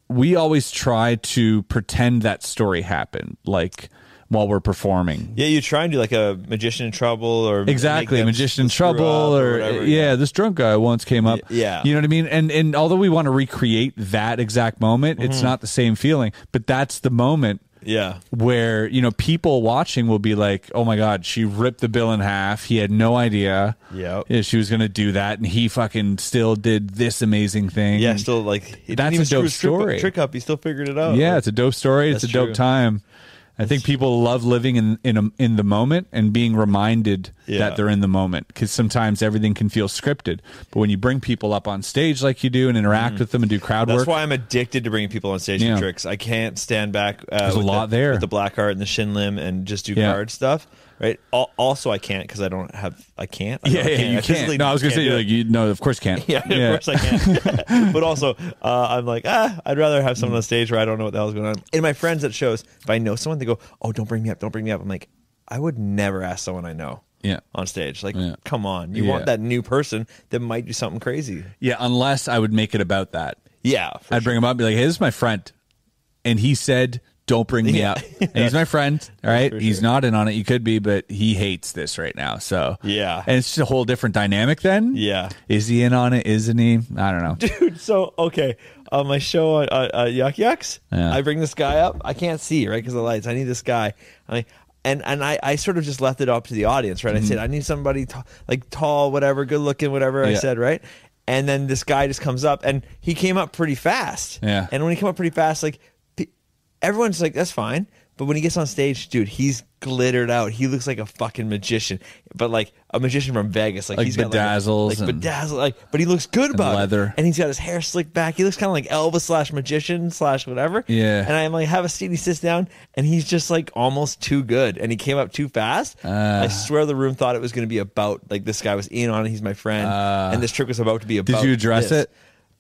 we always try to pretend that story happened, like while we're performing. Yeah, you try and do like a magician in trouble or exactly a make them magician in screw up trouble or, whatever, yeah, this drunk guy once came up Y- yeah. you know what i mean and and although we want to recreate that exact moment Mm-hmm. it's not the same feeling but that's the moment yeah, where you know people watching will be like oh my god she ripped the bill in half he had no idea Yep. if she was gonna do that and he fucking still did this amazing thing yeah. Still like he That's didn't a even dope screw his trick- story. Trick up, he still figured it out. yeah Like, it's a dope story it's a That's dope true. time i think people love living in in, a, in the moment and being reminded Yeah. that they're in the moment because sometimes everything can feel scripted. But when you bring people up on stage like you do and interact with them and do crowd Mm. That's work, why I'm addicted to bringing people on stage Yeah. for tricks. I can't stand back. Uh, a with lot the, there. with the black heart and the shin limb and just do Yeah. card stuff. Right. Al- Also, I can't because I don't have. I can't. I yeah, don't- I yeah, you I physically can't. No, I was gonna can't say do you're it. like you. No, of course can't. Yeah, of course I can. but also, uh, I'm like, ah, I'd rather have someone on stage where I don't know what the hell's going on. And my friends at shows, if I know someone, they go, oh, don't bring me up, don't bring me up. I'm like, I would never ask someone I know Yeah. on stage. Like, Yeah. come on. You Yeah. want that new person that might do something crazy. yeah, unless I would make it about that. Yeah. for I'd sure. bring him up, and be like, "Hey, this is my friend," and he said, "Don't bring me Yeah. up." And he's my friend. All right, For he's sure. not in on it. You could be, but he hates this right now. So Yeah. and it's just a whole different dynamic then. Yeah. is he in on it? Isn't he? I don't know. Dude, so, okay. On my show on uh, uh, Yuck Yucks, Yeah. I bring this guy up. I can't see, right? Because the lights. I need this guy. I and and I, I sort of just left it up to the audience, Mm-hmm. right? I said, I need somebody t- like tall, whatever, good looking, whatever. I Yeah. said, right? And then this guy just comes up, and he came up pretty fast. Yeah. And when he came up pretty fast, like pe- everyone's like, that's fine. But when he gets on stage, dude, he's glittered out. He looks like a fucking magician, but like a magician from Vegas. Like, Like he's got bedazzles like, a- like and- bedazzled, like. But he looks good about it. leather. and he's got his hair slicked back. He looks kind of like Elvis slash magician slash whatever. Yeah. And I'm like, have a seat. And he sits down, and he's just like almost too good. And he came up too fast. Uh. I swear the room thought it was going to be about like this guy was in on it. He's my friend, and this trick was about to be about. Uh. you address this. it?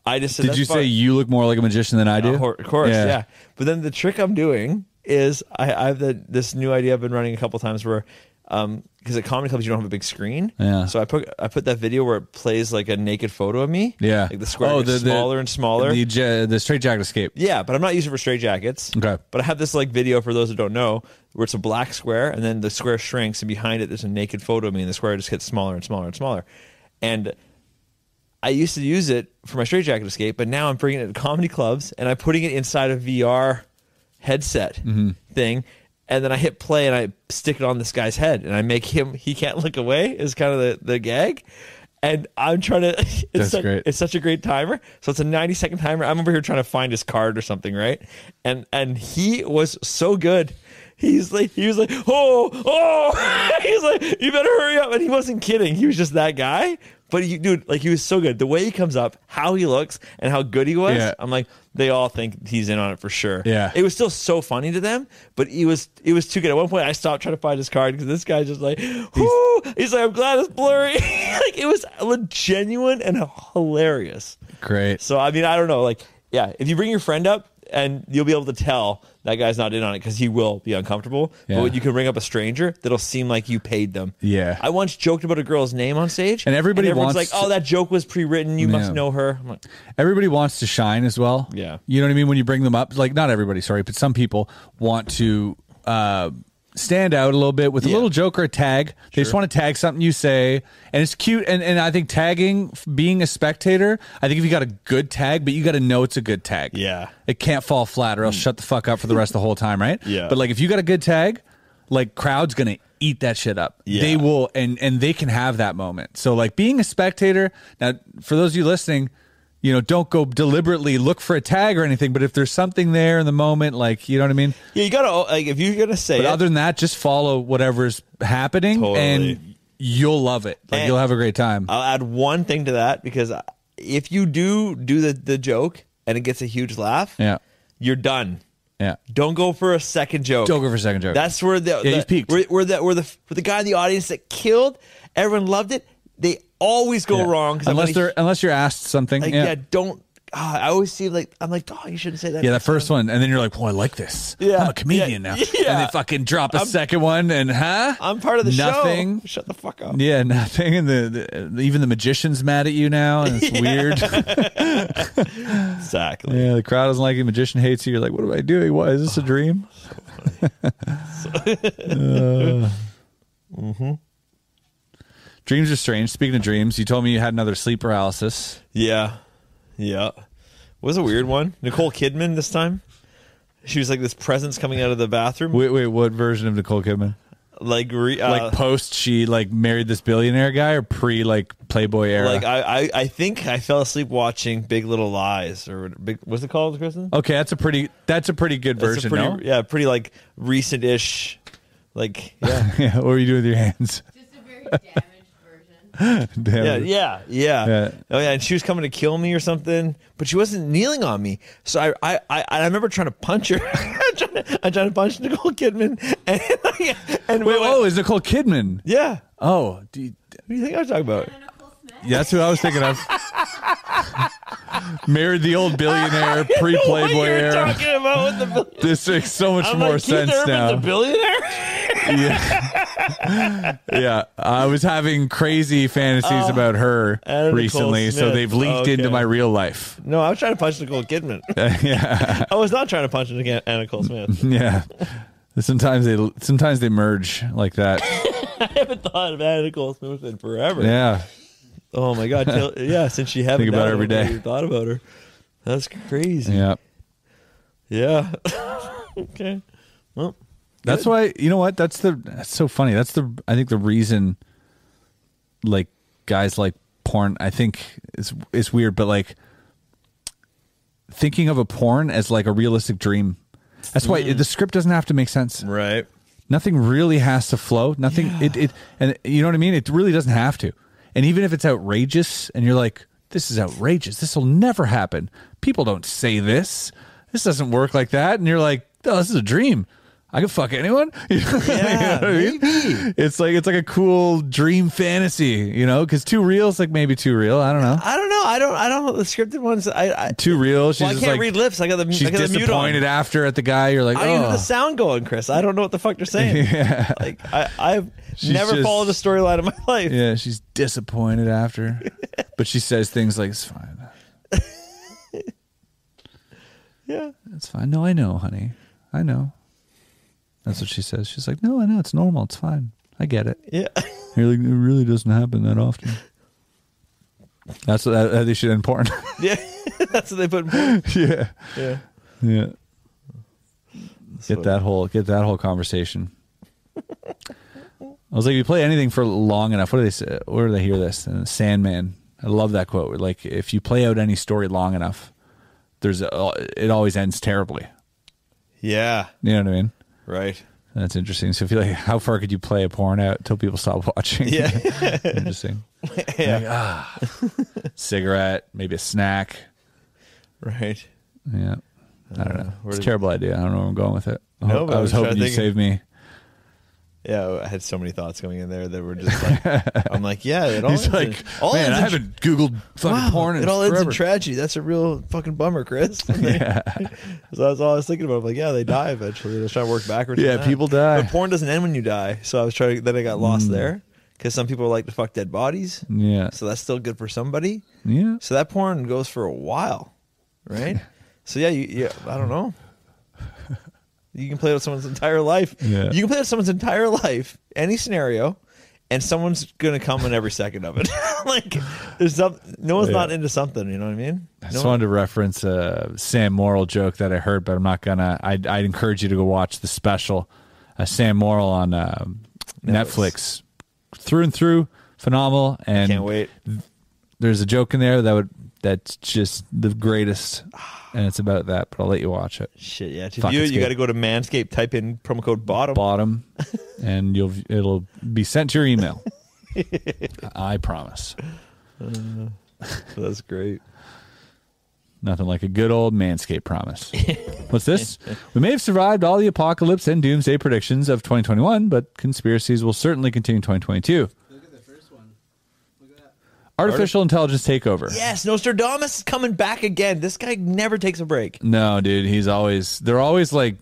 I just said, Did "That's you say fine." you look more like a magician than I do? Of cour- Uh, of course, yeah. But then the trick I'm doing is I, I have the, this new idea I've been running a couple times where, because at comedy clubs you don't have a big screen, Yeah. So I put I put that video where it plays like a naked photo of me, Yeah. Oh, Like the square gets smaller and smaller, The, ja- the straight jacket escape. yeah. But I'm not using it for straight jackets. Okay. But I have this like video for those who don't know where it's a black square and then the square shrinks and behind it there's a naked photo of me and the square just gets smaller and smaller and smaller, and I used to use it for my straight jacket escape, but now I'm bringing it to comedy clubs and I'm putting it inside a VR headset Mm-hmm. thing. And then I hit play and I stick it on this guy's head and I make him, he can't look away, is kind of the, the gag. And I'm trying to, it's, That's such, great. it's such a great timer. So it's a 90 second timer. I'm over here trying to find his card or something, right? And and he was so good. He's like, he was like, oh, oh, he's like, you better hurry up. And he wasn't kidding. He was just that guy. But you, dude, like he was so good. The way he comes up, how he looks, and how good he was. Yeah. I'm like, they all think he's in on it for sure. Yeah. it was still so funny to them, but it was it was too good. At one point, I stopped trying to find his card because this guy's just like, whoo. He's like, I'm glad it's blurry. like it was genuine and hilarious. Great. So I mean, I don't know. Like, yeah, if you bring your friend up, and you'll be able to tell that guy's not in on it because he will be uncomfortable. Yeah. But you can bring up a stranger that'll seem like you paid them. Yeah. I once joked about a girl's name on stage, And everybody everyone's wants like, "Oh, to- that joke was pre-written. You Yeah. must know her." I'm like, Everybody wants to shine as well. Yeah. You know what I mean? When you bring them up, like not everybody, sorry, but some people want to uh, stand out a little bit with a Yeah. little joke or a tag. They just want to tag something you say. And it's cute. And, and I think tagging, f- being a spectator, I think if you got a good tag, but you got to know it's a good tag. Yeah. Hmm. It can't fall flat or else shut the fuck up for the rest of the whole time, right? Yeah. But like if you got a good tag, like crowd's going to eat that shit up. Yeah. They will and and they can have that moment. So like being a spectator, now for those of you listening, you know, don't go deliberately look for a tag or anything, but if there's something there in the moment, like you know what I mean? yeah, you gotta like if you're gonna say But it, other than that, just follow whatever's happening Totally. and you'll love it. Like And- you'll have a great time. I'll add one thing to that because if you do do the, the joke and it gets a huge laugh, Yeah. you're done. yeah. Don't go for a second joke. Don't go for a second joke. That's where the, the he's peaked. Where, where the where the where the guy in the audience that killed everyone loved it. They always go Yeah. wrong 'cause I'm Unless gonna- they're unless you're asked something. like, yeah. Don't. ah, I always see like I'm like oh you shouldn't say that. Yeah, that first one, and then you're like, "Well, I like this. Yeah. I'm a comedian now." Yeah. And Yeah. they fucking drop a I'm- second one, and huh? I'm part of the nothing. show. Shut the fuck up. Yeah, nothing. And the, the even the magician's mad at you now, and it's weird. Exactly. yeah, the crowd doesn't like you. Magician hates you. You're like, "What am I doing? What is this a dream?" Uh, Mm-hmm. Dreams are strange. Speaking of dreams, you told me you had another sleep paralysis. Yeah. Yeah. Was a weird one. Nicole Kidman this time. She was like this presence coming out of the bathroom. Wait, wait, what version of Nicole Kidman? like re, uh, Like post she like married this billionaire guy, or pre like Playboy era? like I, I I think I fell asleep watching Big Little Lies or what- big what's it called, Kristen? Okay, that's a pretty Oh, that's a pretty good That's version. a pretty no? yeah, pretty like recent ish like yeah. yeah. What are you doing with your hands? Just a very damaged version. Damn Yeah, it. yeah, yeah, Yeah. Oh yeah, and she was coming to kill me or something, but she wasn't kneeling on me. So I, I, I, I remember trying to punch her. I'm, trying to, I'm trying to punch Nicole Kidman, and, and Wait, we went- oh, is Nicole Kidman? yeah. Oh, do you- What do you think I was talking about? And Nicole Smith. yeah, that's who I was thinking of. Married the old billionaire, pre Playboy What you were era. talking about with the bill- This makes so much I'm more like, Keith sense Urban's now. a billionaire. yeah, I was having crazy fantasies about her and Oh. Uh, Nicole recently, so Smith. they've leaked Okay. into my real life. no, I was trying to punch Nicole Kidman. yeah, I was not trying to punch Nic- Anna Nicole Smith. yeah. Sometimes they sometimes they merge like that. I haven't thought of Anna Nicole Smith in forever. Yeah, Oh my god! Till, yeah, since you haven't Think about done her every it, I day. really Thought about her. That's crazy. yeah. Yeah. okay. Well, That's why you know what? That's the that's so funny. That's the I think the reason like guys like porn I think it's it's weird, but like thinking of a porn as like a realistic dream. That's why the script doesn't have to make sense. right. Nothing really has to flow. Nothing it, it and you know what I mean? It really doesn't have to. And even if it's outrageous and you're like, this is outrageous. This will never happen. People don't say this. This doesn't work like that. And you're like, oh, this is a dream. I can fuck anyone. You know what Yeah, I mean? It's like it's like a cool dream fantasy, you know? Because too real is like maybe too real. I don't know. I don't know. I don't. I don't. The scripted ones. I. I Too real. She's well, I just can't like read lips. I got the. she's I got the mute on. disappointed after at the guy. You're like, I don't even have oh, the sound going, Chris. I don't know what the fuck they're saying. Yeah. Like I, I've She's never just- followed a storyline in my life. yeah. She's disappointed after, but she says things like, "It's fine. Yeah. It's fine. No, I know, honey. I know." That's what she says. She's like, "No, I know. It's normal. It's fine. I get it." Yeah. You're like, "It really doesn't happen that often." That's what, how they should end porn. Yeah. That's what they put. In porn. yeah. yeah. Yeah. what- Get that whole get that whole conversation. I was like, if you play anything for long enough, what do they say? Where do they hear this? And Sandman. I love that quote. Like, if you play out any story long enough, there's a, it always ends terribly. Yeah. You know what I mean? Right. That's interesting. So, if you like, how far could you play a porn out till people stop watching? Yeah. interesting. Like, ah, cigarette, maybe a snack. Right. Yeah. I don't know. Uh, where It's a did- terrible idea. I don't know where I'm going with it. I, No, hope- but I I was was trying hoping to you think- saved me. Yeah, I had so many thoughts coming in there that were just like, I'm like, yeah, it all He's ends in- like, all man, ends I in- haven't Googled fucking Wow, porn in it all ends forever. in tragedy. That's a real fucking bummer, Chris. yeah. so that's all I was thinking about. I'm like, yeah, they die eventually. I was trying to work backwards. Yeah, from that. people die. Mm. But porn doesn't end when you die. So I was trying. Then I got lost there because some people like to fuck dead bodies. yeah, So that's still good for somebody. yeah. So that porn goes for a while, right? so yeah, you, yeah, I don't know. You can play with someone's entire life. Yeah. You can play with someone's entire life, any scenario, and someone's gonna come in every second of it. like there's some, no one's Yeah. not into something. You know what I mean? I just No one- wanted to reference a Sam Morrill joke that I heard, but I'm not gonna. I'd, I'd encourage you to go watch the special, uh, Sam Morrill on uh, Netflix. Netflix. through and through, phenomenal. And Can't wait. There's a joke in there that would that's just the greatest, and it's about that. But I'll let you watch it. Shit, yeah. To Fuck, view it, it's you good. got to go to Manscaped, type in promo code bottom. Bottom, and you'll it'll be sent to your email. I promise. That's great. Nothing like a good old Manscaped promise. What's this? We may have survived all the apocalypse and doomsday predictions of 2021, but conspiracies will certainly continue in 2022. Look at the first one. Look at that. Artificial intelligence takeover. Yes, Nostradamus is coming back again. This guy never takes a break. No, dude, he's always they're always like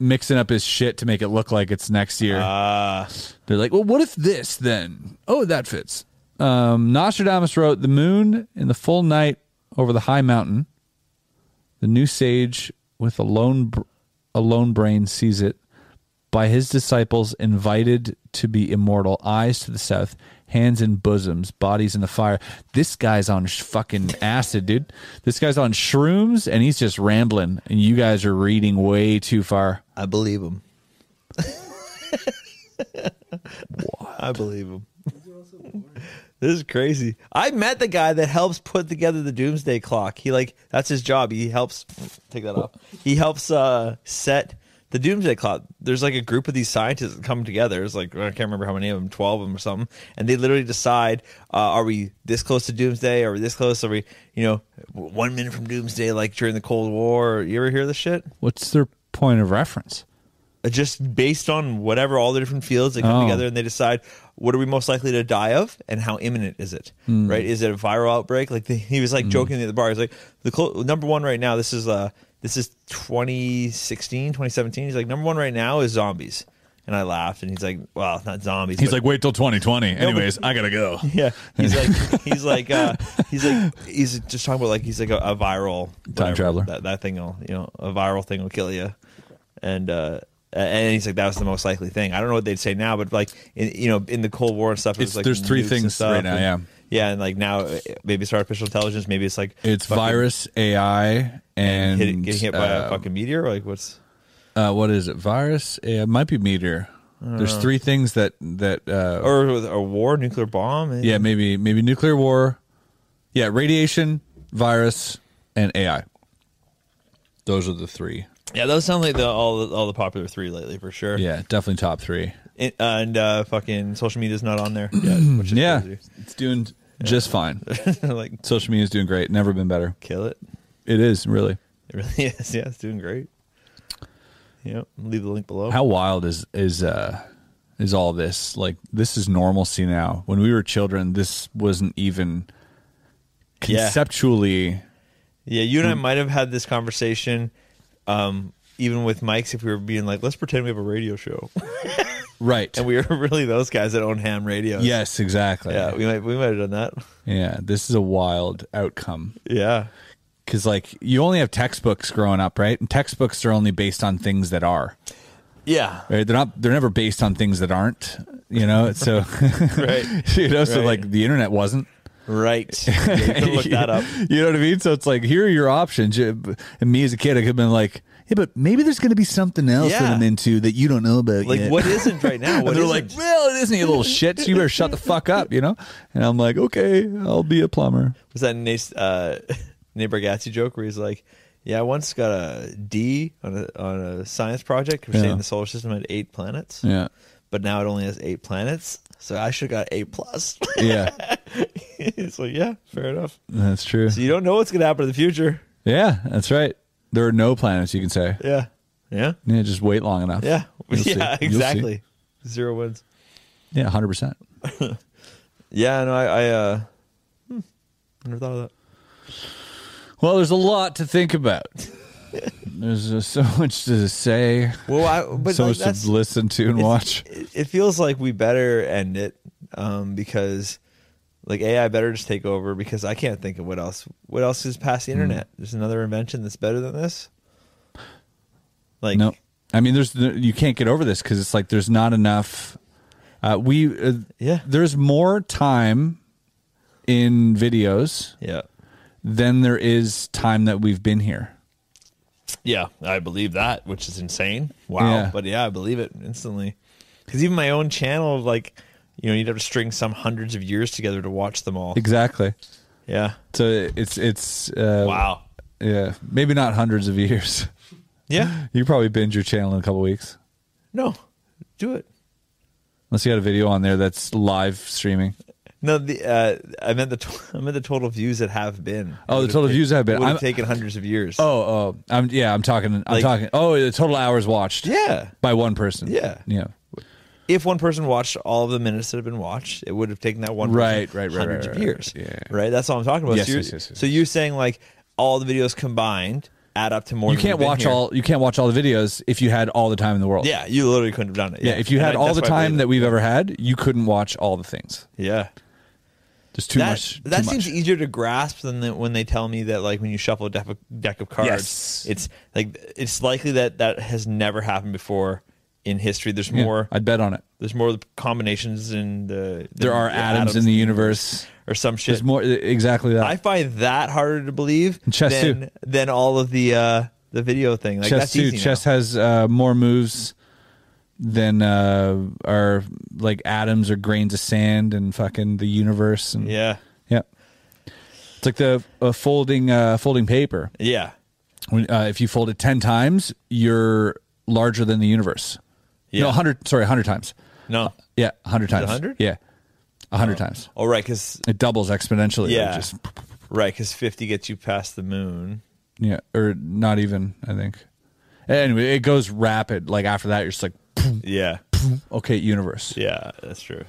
mixing up his shit to make it look like it's next year. Ah, They're like, well, what if this then? Oh, that fits. Um, Nostradamus wrote, The moon in the full night over the high mountain. The new sage with a lone, br- a lone brain sees it. By his disciples, invited to be immortal, eyes to the south, hands in bosoms, bodies in the fire. This guy's on sh- fucking acid, dude. This guy's on shrooms and he's just rambling. And you guys are reading way too far. I believe him. I believe him. This is crazy. I met the guy that helps put together the doomsday clock. He like that's his job. He helps take that off. He helps uh set the Doomsday Clock. There's like a group of these scientists that come together. It's like I can't remember how many of them, twelve of them or something, and they literally decide: uh, Are we this close to Doomsday? Are we this close? Are we you know one minute from Doomsday? Like during the Cold War? You ever hear this shit? What's their point of reference? Uh, Just based on whatever all the different fields they come Oh. together and they decide what are we most likely to die of and how imminent is it Hmm. right is it a viral outbreak like the, he was like joking at the bar he's like the clo- number one right now this is uh this is 2016 2017 he's like number one right now is zombies and i laughed and he's like well not zombies He's but- like, wait till 2020. Anyways, I gotta go. yeah he's like he's like uh he's like he's just talking about like he's like a, a viral whatever, traveler. that, that thing will you know a viral thing will kill you and uh and he's like that was the most likely thing i don't know what they'd say now but like in, you know in the cold war and stuff it It's- was like there's three nukes and things stuff, right now, and- yeah and like now uh, maybe it's artificial intelligence maybe it's like It's fucking virus, AI, and hit, getting hit by a uh, fucking meteor like what's uh, what is it? Virus? AI, it might be meteor. There's Uh. three things that that uh, or a war nuclear bomb and- yeah maybe maybe nuclear war, yeah radiation, virus, and AI. Those are the three. yeah those sound like the all all the popular three lately for sure Yeah, definitely top three. It- and uh, fucking social media's not on there. Yeah, which is Yeah, crazy. it's doing just fine. like Social media's doing great. Never been better. kill it. It is really. It really is. Yeah, it's doing great. Yep. Leave the link below. How wild is is uh is all this? Like this is normalcy now. When we were children, this wasn't even Yeah. conceptually. yeah, you Mm. and I might have had this conversation, um, even with Mike's, if we were being like, let's pretend we have a radio show, Right. and we were really those guys that own ham radios. yes, exactly. Yeah, we might we might have done that. Yeah, this is a wild outcome Yeah. because like you only have textbooks growing up, right? And textbooks are only based on things that are. Yeah. Right? They're not. They're never based on things that aren't. You know. So Right. you know. So Right. like the internet wasn't. Right. Yeah, you can look that up. You know what I mean? So it's like, here are your options. You- And me as a kid, I could have been like, yeah, but maybe there's going to be something else that Yeah. I'm into that you don't know about. Like, yet. what isn't right now? And What they're isn't? like, well, it isn't, you little shit. So you better shut the fuck up, you know? And I'm like, okay, I'll be a plumber. was that Nate, uh, Nate Bargatze joke where he's like, "Yeah, I once got a D on a on a science project. We're Yeah. saying the solar system had eight planets, Yeah. but now it only has eight planets. So I should have got A plus." Yeah, it's like, yeah, fair enough. that's true. So you don't know what's gonna happen in the future. Yeah, that's right. There are no planets, you can say. Yeah, yeah, Yeah, just wait long enough. yeah, You'll see. yeah. You'll see. Exactly. Zero wins. Yeah, 100%. Yeah, no, I, I uh, hmm, never thought of that. Well, there's a lot to think about. There's uh, so much to say, Well, I but so like, much that's, to listen to and watch. It, it feels like we better end it um, because like AI better just take over because I can't think of what else. What else is past Hmm. the internet? There's another invention that's better than this. Like no, I mean, there's you can't get over this because it's like there's not enough. Uh, we uh, Yeah. there's more time in videos yeah, than there is time that we've been here. yeah, I believe that, which is insane. Wow, Yeah. but yeah, I believe it instantly because even my own channel, like you know, you'd have to string some hundreds of years together to watch them all. Exactly. Yeah, So it's it's uh, wow, Yeah, maybe not hundreds of years. yeah, You probably binge your channel in a couple weeks, no, do it. unless you had a video on there that's live streaming. No, the uh, I meant the to- I meant the total views that have Oh, the been. It would've total ta- views that have been. It would I'm- have taken hundreds of years. Oh, oh, I'm yeah, I'm talking. I'm Like- talking. Oh, the total hours watched. yeah. by one person. Yeah. yeah. If one person watched all of the minutes that have been watched, it would have taken that one person Right, right, right, right, hundreds right, of years. right. Yeah. Right. That's all I'm talking about. Yes, so, you're, yes, yes, yes, so you're saying like all the videos combined add up to more. You than can't we've been watch here. all. You can't watch all the videos if you had all the time in the world. Yeah, you literally couldn't have done it. yeah. If you And had I- all that's the why I time believe that we've ever had, you couldn't watch all the things. it. yeah. There's too that, much. That too seems much. easier to grasp than the, when they tell me that, like, when you shuffle a deck of, deck of cards, Yes. it's like it's likely that that has never happened before in history. There's Yeah, more. I'd bet on it. there's more combinations in the. There than are atoms in the universe. or some shit. There's more. e, Exactly that. I find that harder to believe chess than too. than all of the uh, the video thing. Like chess that's too. easy now. Chess has uh, more moves than uh, are like atoms or grains of sand and fucking the universe. And Yeah, yeah. It's like the uh, folding uh, folding paper. yeah, when uh, if you fold it 10 times your larger than the universe. Yeah. No, hundred. Sorry, hundred times. No. Yeah, hundred times. 100? Yeah, hundred times. Oh, right, because It doubles exponentially. Yeah. It just- right, 'cause fifty gets you past the moon. yeah, or not even. I think. Anyway, it goes rapid. Like after that, you're just like, Yeah, okay, universe. yeah, that's true.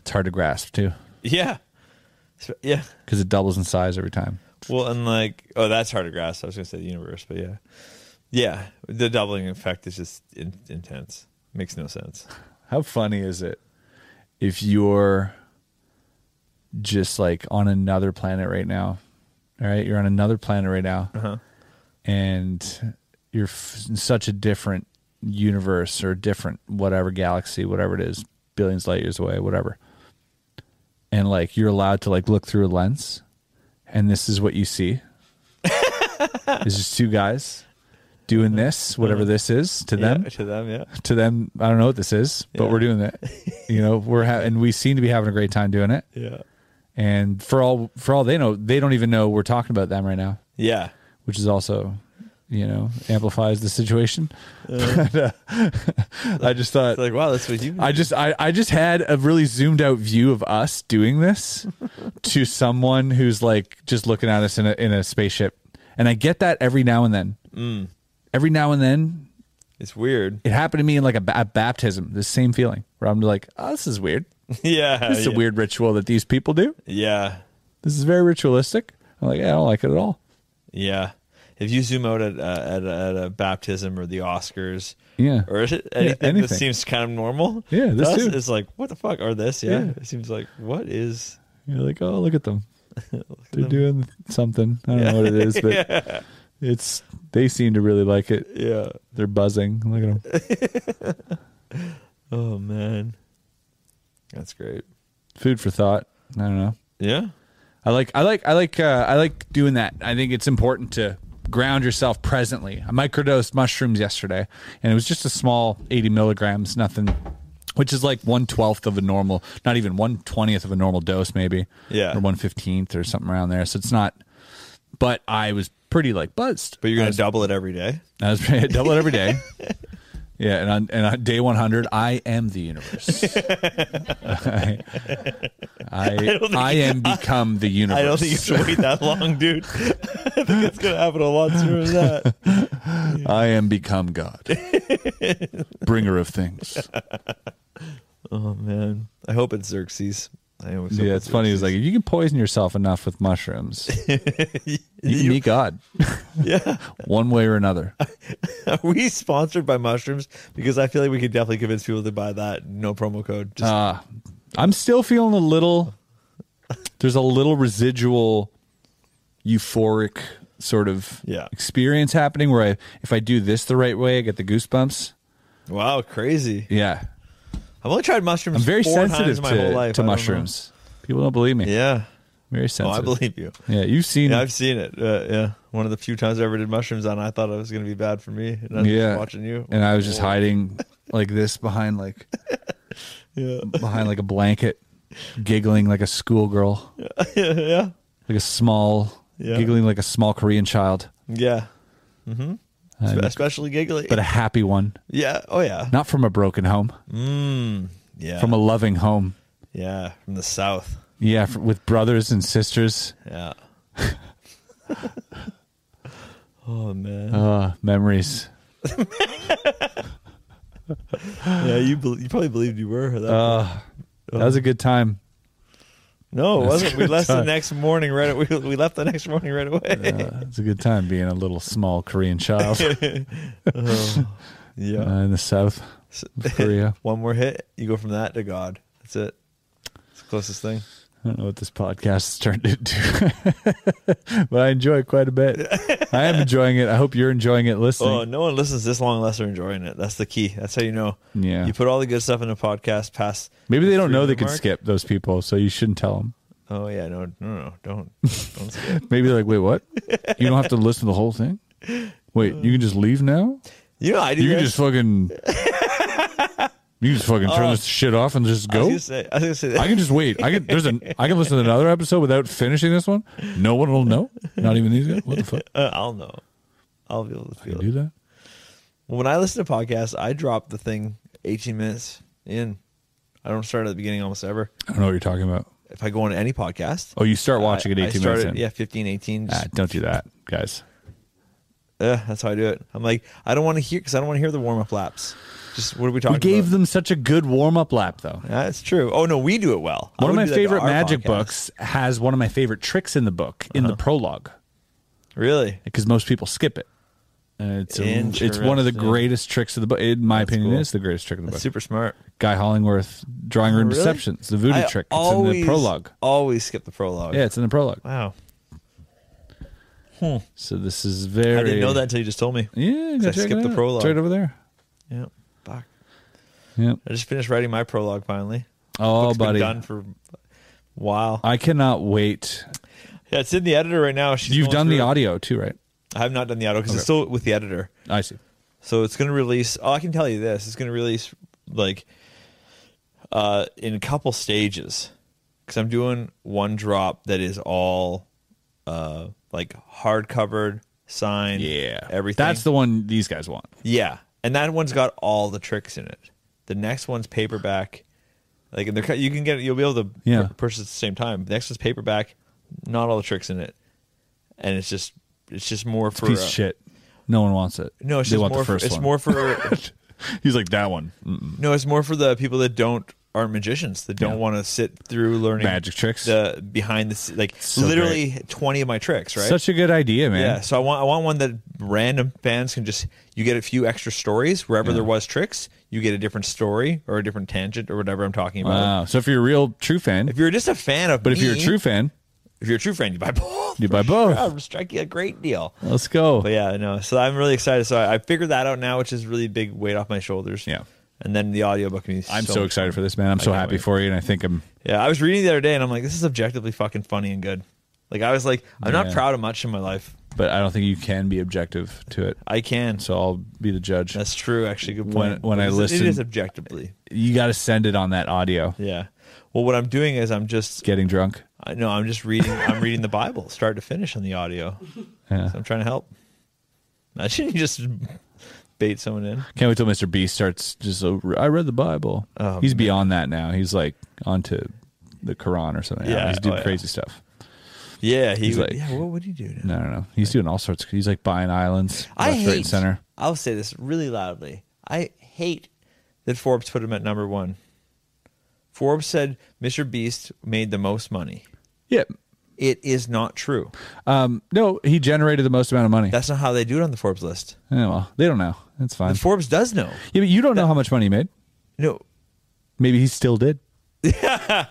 It's hard to grasp too Yeah, So- yeah. because it doubles in size every time. Well, and like, oh, that's hard to grasp. I was gonna say the universe, but yeah, yeah. The doubling effect is just in- intense. Makes no sense. How funny is it if you're just like on another planet right now? All right, you're on another planet right now, and you're f- in such a different universe or different whatever galaxy, whatever it is, billions of light years away, whatever. And like you're allowed to like look through a lens, and this is what you see. it's just two guys doing this, whatever this is to them Yeah, to them, yeah. to them, I don't know what this is, but Yeah. we're doing that. You know, we're ha- and we seem to be having a great time doing it. Yeah. And for all for all they know, they don't even know we're talking about them right now, Yeah. which is also, you know, amplifies the situation. uh, I just thought It's like, wow, that's what you I just I, I just had a really zoomed out view of us doing this to someone who's like just looking at us in a in a spaceship. And I get that every now and then. Mm. Every now and then It's weird. it happened to me in like a, ba- a baptism, the same feeling where I'm like, oh, this is weird. yeah. This is yeah. a weird ritual that these people do. Yeah. This is very ritualistic. I'm like, yeah, I don't like it at all. Yeah. If you zoom out at uh, at, a, at a baptism or the Oscars, Yeah. or is it Yeah, anything, that anything. seems kind of normal, Yeah, this to us, too. it's like what the fuck, or this, yeah, Yeah. it seems like what is, You're like, oh, look at them. They're doing something. I don't know what it is, but it's they seem to really like it. yeah, They're buzzing. Look at them. oh man, that's great, Food for thought. I don't know. yeah, I like I like I like uh, I like doing that. I think it's important to ground yourself presently. I microdosed mushrooms yesterday, and it was just a small eighty milligrams, nothing, which is like one twelfth of a normal, not even one twentieth of a normal dose, maybe, Yeah. or one fifteenth or something around there. So it's not. But I was pretty like buzzed. but you're I gonna was, double it every day, I was pretty, double it every day. Yeah, and on, and on day 100, I am the universe. I, I, don't think- I am become the universe. I don't think you should wait that long, dude. I think it's gonna happen a lot sooner than that. I am become God, bringer of things. Oh man, I hope it's Xerxes. I always hope Yeah, it's funny. It's like Xerxes. if you can poison yourself enough with mushrooms, you can be God yeah. one way or another. Are we sponsored by mushrooms? Because I feel like we could definitely convince people to buy that no promo code. Just Uh, I'm still feeling a little. There's a little residual euphoric sort of Yeah. experience happening where I, if I do this the right way, I get the goosebumps. wow, crazy! Yeah, I've only tried mushrooms. I'm very four times sensitive in my whole to, life. to I don't know. mushrooms. People don't believe me. Yeah, very oh, sensitive. I believe you. Yeah, you've seen. Yeah, I've seen it. Uh, yeah, one of the few times I ever did mushrooms on, I thought it was going to be bad for me. And I was yeah, just watching you, Oh. and I was just Whoa. hiding like this behind like Yeah, behind like a blanket, giggling like a schoolgirl, yeah, like a small, Yeah. giggling like a small Korean child, yeah. Mm-hmm. I'm- Especially giggly. but a happy one, yeah. Oh yeah. Mm. not from a broken home, Yeah. from a loving home. yeah from the south. Yeah, f with brothers and sisters. Yeah. oh man. Uh, memories. yeah, you bel you probably believed you were. That Uh, that was a good time. no, it that's wasn't. We good left the time. next morning right. We, we left the next morning right away. Uh, it's a good time being a little small Korean child uh, yeah. in the south of Korea. One more hit, you go from that to God. That's it. It's the closest thing. I don't know what this podcast has turned into, but I enjoy it quite a bit. I am enjoying it. I hope you're enjoying it listening. Oh, no one listens this long unless they're enjoying it. That's the key. That's how you know. Yeah. You put all the good stuff in a podcast. Past. Maybe the they don't know they three-minute can mark. skip those people, so you shouldn't tell them. Oh yeah, no, no, no, don't, don't skip. Maybe they're like, "Wait, what? You don't have to listen to the whole thing. Wait, you can just leave now. You know, I do. You can that. just fucking, you just fucking turn this shit off and just Uh, I was go. gonna say. I was gonna say that. I can just wait. I can. There's an. I can listen to another episode without finishing this one. No one will know. Not even these guys. What the fuck? Uh, I'll know. I'll be able to You feel do it. that? When I listen to podcasts, I drop the thing 18 minutes in. I don't start at the beginning almost ever. I don't know what you're talking about. If I go on any podcast, Oh, you start watching it I- I 18 start minutes at- in. Yeah, 15, 18. Ah, Just, don't do that, guys. uh, that's how I do it. I'm like, I don't want to hear because I don't want to hear the warm up laps. Just what are we talking We gave about? them such a good warm up lap, though. That's true. Oh no, we do it well. I One of would my do that to favorite our magic podcast. Uh-huh. books has one of my favorite tricks in the book in the prologue Really? because most people skip it. And It's a, it's one of the Interesting. greatest tricks of the book. In my That's opinion, cool. it is the greatest trick in the That's book. super smart. Guy Hollingworth drawing room Really? deception. It's the voodoo I trick. It's in always- the prologue. Always skip the prologue. Yeah, it's in the prologue. Wow. So this is very. I didn't know that until you just told me. Yeah, 'Cause go I check it skipped the out. prologue. It's right over there. Yeah. Fuck. Yep. I just finished writing my prologue finally. Oh, It's been buddy, done for a while. I cannot wait. Yeah, it's in the editor right now. She's You've going done the through it. audio too, right? I have not done the audio because it's still with the editor. I see. So it's going to release. Oh, I can tell you this. It's going to release like uh, in a couple stages because I'm doing one drop that is all uh, like hard covered, signed, everything. That's the one these guys want. Yeah, and that one's got all the tricks in it. The next one's paperback. Like and they're, cut- you can get you'll be able to Yeah. pur- purchase at the same time. The next one's paperback, not all the tricks in it, and it's just it's just more for Piece uh, of shit. No one wants it. No, it's they just want more the first for, it's one. more for He's like that one. Mm-mm. no, it's more for the people that don't aren't magicians that don't want to sit through learning Magic tricks. the behind the s- like So literally twenty of my tricks right Such a good idea, man. Yeah, so I want I want one that random fans can just you get a few extra stories wherever there was tricks, you get a different story or a different tangent or whatever I'm talking about. Wow. So if you're a real true fan, If you're just a fan of but if you're a me, true fan, if you're a true fan, you buy both. you buy both. I'm striking a great deal. Let's go. But yeah, no. So I'm really excited. So I, I figured that out now, which is really a big weight off my shoulders. Yeah. And then the audiobook can be I'm so, much excited for fun. this, man. I'm so can't happy wait. for you, and I think I'm. Yeah, I was reading the other day and I'm like, this is objectively fucking funny and good. Like I was like, I'm not Yeah. proud of much in my life. But I don't think you can be objective to it, I can. so I'll be the judge. That's true. Actually, good When- point. when I It is- listen- it is objectively. you got to send it on that audio. Yeah. Well, what I'm doing is I'm just Getting drunk. I no, I'm just reading. I'm reading the Bible, start to finish, on the audio. Yeah. So I'm trying to help. Imagine you just bait someone in. Can't wait till Mr. B starts. Just uh, I read the Bible. Oh, he's beyond that now. He's like onto the Quran or something. Yeah, he's doing oh, yeah. crazy stuff. Yeah, he He's would, like- yeah. What would he do? No, Now? no, no. He's doing all sorts. Of, he's like buying islands. I left, hate. right, and center. I'll say this really loudly. I hate that Forbes put him at number one. Forbes said Mr. Beast made the most money. Yeah. It is not true. Um. No, he generated the most amount of money. That's not how they do it on the Forbes list. yeah, well, they don't know. That's fine. And Forbes does know. yeah, but you don't know how much money he made. No, Maybe he still did.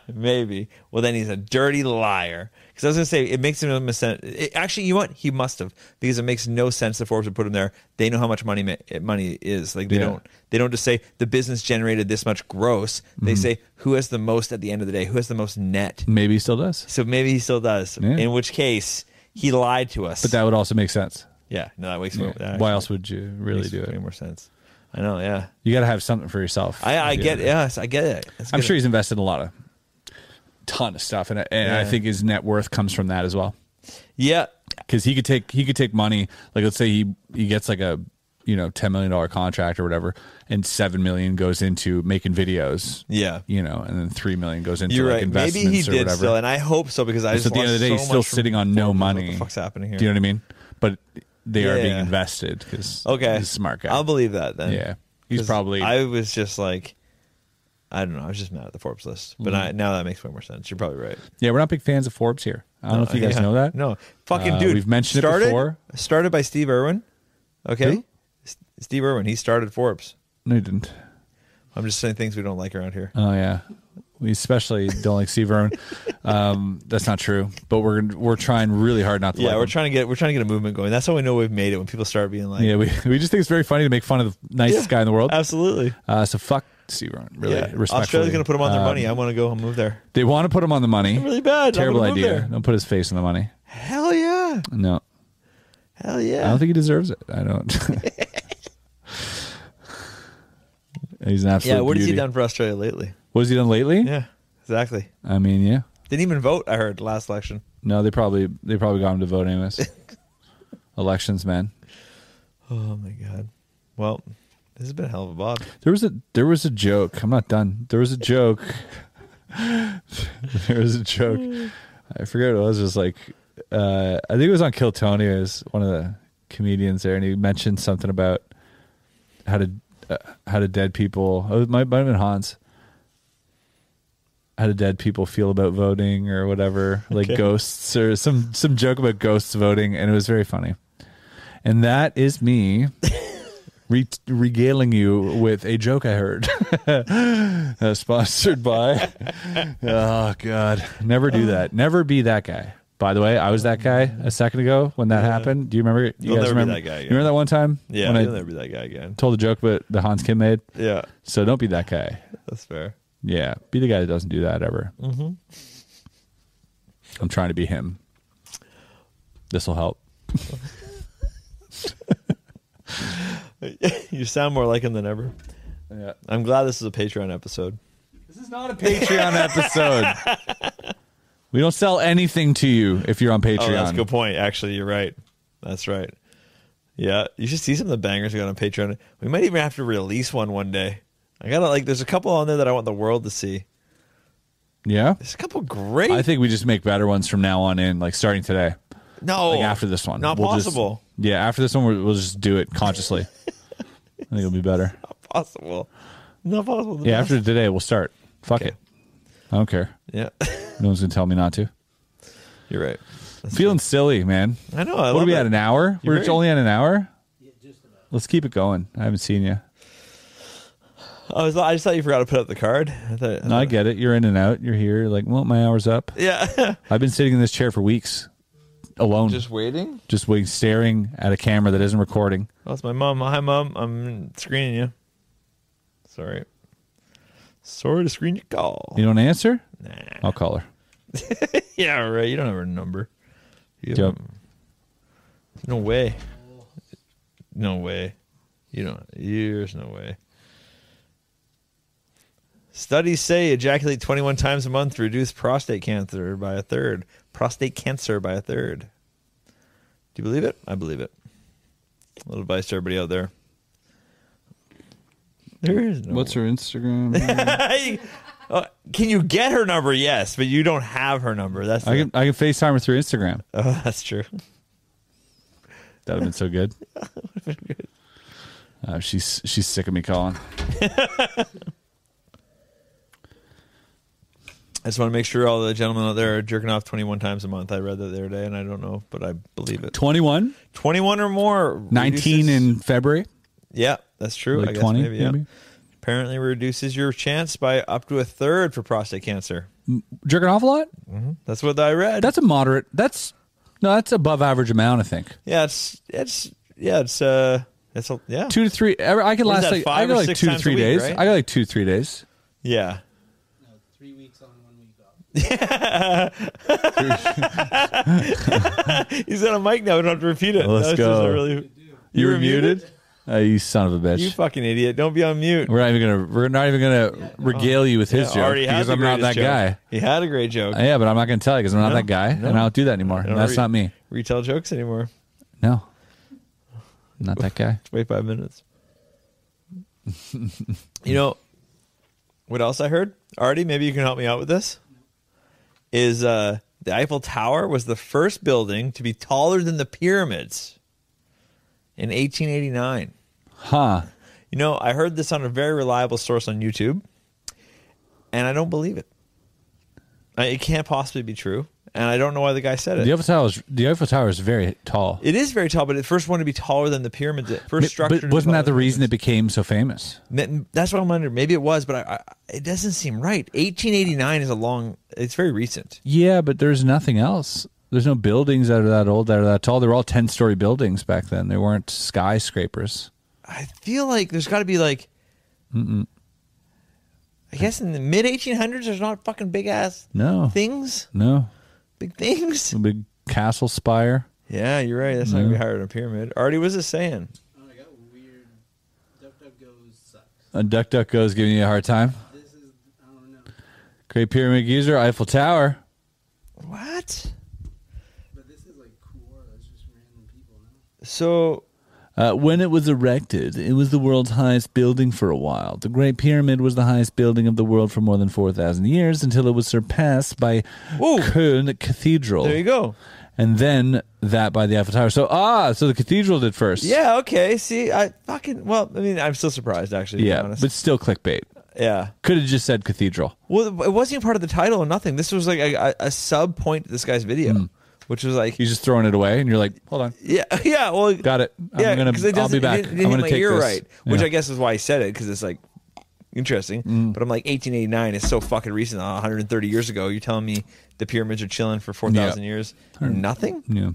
Maybe. Well, then he's a dirty liar. Because I was going to say, it makes him no sense. It, actually, you know what? He must have because it makes no sense that Forbes would put him there. They know how much money ma- eh, money is. Like they Yeah. don't. They don't just say the business generated this much gross. They Mm-hmm. say who has the most at the end of the day. Who has the most net? Maybe he still does. So maybe he still does. Yeah. In which case, he lied to us. But that would also make sense. yeah, no, that makes Yeah. more. That Why actually else would you really makes do way it? more sense. I know. Yeah, You got to have something for yourself. I, I Yeah. get. Yes, I get it. That's I'm good. sure he's invested in a lot of ton of stuff, and, I- and I Yeah. think his net worth comes from that as well. Yeah, Because he could take he could take money, like let's say he he gets like a you know ten million dollar contract or whatever, and seven million goes into making videos, yeah. you know, and then three million goes into You're like right. Maybe investments he or did whatever. still, and I hope so because I Because at just the end of the day, watched he's so still much from sitting on no Forbes. money. What the fuck's happening here? Do you know what I mean? But they are being Yeah. invested because okay, he's a smart guy. I'll believe that then. yeah, he's 'Cause probably I was just like, I don't know. I was just mad at the Forbes list, but Mm-hmm. I, now that makes way more sense. You're probably right. yeah. We're not big fans of Forbes here. I don't know if you guys Yeah. know that. No, fucking Uh, dude. we've mentioned it started, before. Started by Steve Irwin. Okay, Who? S- Steve Irwin. He started Forbes. no, you didn't. I'm just saying things we don't like around here. Oh yeah, we especially don't like Steve Irwin. Um, that's not true, but we're we're trying really hard not to. yeah, like we're him. trying to get we're trying to get a movement going. That's how we know we've made it when people start being like, Yeah, we we just think it's very funny to make fun of the nicest Yeah, guy in the world. absolutely. Uh, so fuck Steve Irwin. Really, yeah, respectfully. Australia's gonna put them on their Um, money. I want to go and move there. They want to put him on the money. really bad. I'm Terrible gonna move idea. there. Don't put his face on the money. Hell yeah. No, Hell I yeah. don't think he deserves it. I don't. He's an absolute. yeah, what has he beauty. done for Australia lately? What has he done lately? Yeah, exactly. I mean, yeah. Didn't even vote, I heard, last election. No, they probably they probably got him to vote anyways. Elections, man. Oh my god. Well, this has been a hell of a bob. There was a there was a joke. I'm not done. There was a joke. there was a joke. I forget what it was. It was like uh, I think it was on Kill Tony. It was one of the comedians there, and he mentioned something about how to uh, how do dead people. Oh, it might might have been Hans. How do dead people feel about voting or whatever, like Okay. ghosts or some some joke about ghosts voting, and it was very funny. And that is me re- regaling you with a joke I heard. Uh, sponsored by. oh God, never do that. Never be that guy. By the way, I was that guy a second ago when that happened. Do you remember? You You'll never be remember that You guy again. remember that one time? Yeah, when I you'll never be that guy again. told a joke, but the Hans Kim made. Yeah, So don't be that guy. that's fair. Yeah, be the guy that doesn't do that ever. Mm-hmm. I'm trying to be him. This will help. you sound more like him than ever. Yeah. I'm glad this is a Patreon episode. This is not a Patreon episode. We don't sell anything to you if you're on Patreon. Oh, that's a good point. Actually, you're right. That's right. Yeah, you should see some of the bangers we got on Patreon. We might even have to release one one day. I gotta like. There's a couple on there that I want the world to see. Yeah. There's a couple great. I think we just make better ones from now on in, like starting today, no, like after this one. not We'll just- possible. yeah, after this one, we'll, we'll just do it consciously. I think it'll be better. Not possible. Not possible. Yeah, after today, we'll start. Fuck Okay. it. I don't care. yeah, No one's gonna tell me not to. you're right. Feeling silly, man. I know. I what are love we it. at? An hour? You're We're very- only at an hour. Yeah, just about. Let's keep it going. I haven't seen you. I was. I just thought you forgot to put up the card. I thought. uh, No, I get it. You're in and out. You're here. You're like, well, my hour's up. Yeah. I've been sitting in this chair for weeks, alone, just, waiting. just waiting, staring at a camera that isn't recording. Oh, it's my mom. Hi, mom. I'm screening you. Sorry. Sorry to screen your call. You don't answer? Nah. I'll call her. Yeah, right. You don't have her number. You Yep. don't- No way. No way. You don't. There's no way. Studies say ejaculate 21 times a month reduce prostate cancer by a third. Prostate cancer by a third. Do you believe it? I believe it. A little advice to everybody out there. There is no. What's her Instagram? Hey, uh, can you get her number? Yes, but you don't have her number. That's I the- can I can FaceTime her through Instagram. Oh, that's true. That'd have been so good. Uh, she's she's sick of me calling. I just want to make sure all the gentlemen out there are jerking off 21 times a month. I read that the other day, and I don't know, but I believe it. 21, 21 or more. 19 reduces- in February, yeah, that's true. I like guess 20 maybe, yeah. Apparently, reduces your chance by up to a third for prostate cancer. Jerking off a lot? That's what I read. That's a moderate. That's no, that's above average amount. I think yeah, it's it's yeah, it's uh, it's a, yeah, two to three. every- I could What is last that, like I five got or like six two to times a three week, days. right? I got like two to three days. yeah. No, three weeks on, one week off. He's on a mic now. We don't have to repeat it. Let's That was just go. a really- You, were were muted. Uh, you son of a bitch. You fucking idiot! Don't be on mute. we're not even gonna. We're not even gonna regale you with his Yeah, joke already had because the I'm not that greatest guy. joke. He had a great joke. Yeah, but I'm not gonna tell you because I'm not No, that guy, no. and I don't do that anymore. I don't That's re- not me. Retell jokes anymore. No, not that guy. Wait five minutes. you know what else I heard? Artie, maybe you can help me out with this. Is uh the Eiffel Tower was the first building to be taller than the pyramids in 1889. Huh? You know, I heard this on a very reliable source on YouTube, and I don't believe it. I, it can't possibly be true, and I don't know why the guy said it. The Eiffel Tower is the Eiffel Tower is very tall. It is very tall, but it first wanted to be taller than the pyramids. It first structure. but wasn't that the reason it became so famous? Ma- That's what I'm wondering. Maybe it was, but I, I, it doesn't seem right. 1889 is a long. It's very recent. Yeah, but there's nothing else. There's no buildings that are that old, that are that tall. They were all ten story buildings back then. They weren't skyscrapers. I feel like there's got to be like. I guess in the mid 1800s, there's not fucking big ass No, things, no, big things. a big castle spire. Yeah, you're right. That's not gonna be higher than a pyramid. Artie was just saying. Oh, I got weird. DuckDuckGo sucks. A duck duck goes giving you a hard time. This is, I don't know. Great Pyramid User, Eiffel Tower. What? But this is like cool. It's just random people, no? So Uh, when it was erected, it was the world's highest building for a while. The Great Pyramid was the highest building of the world for more than 4,000 years until it was surpassed by Whoa. Köln Cathedral. There you go. And then that by the Eiffel Tower. So, ah, so the cathedral did first. Yeah. Okay. See, I fucking well. I mean, I'm still surprised actually. To Yeah, be honest. but still clickbait. yeah. Could have just said cathedral. Well, it wasn't even part of the title or nothing. This was like a, a, a sub point to this guy's video, which was like, He's just throwing it away, and you're like, hold on. yeah, yeah. Well, Got it. I'm yeah, gonna- 'cause it I'll doesn't- be back. It didn't, it didn't I'm gonna hit my take ear this. right, which Yeah. Mm. I guess is why I said it because it's like interesting. But I'm like 1889 is so fucking recent, uh, 130 years ago. You're telling me the pyramids are chilling for 4,000 Yeah. Mm. years, nothing. Yeah.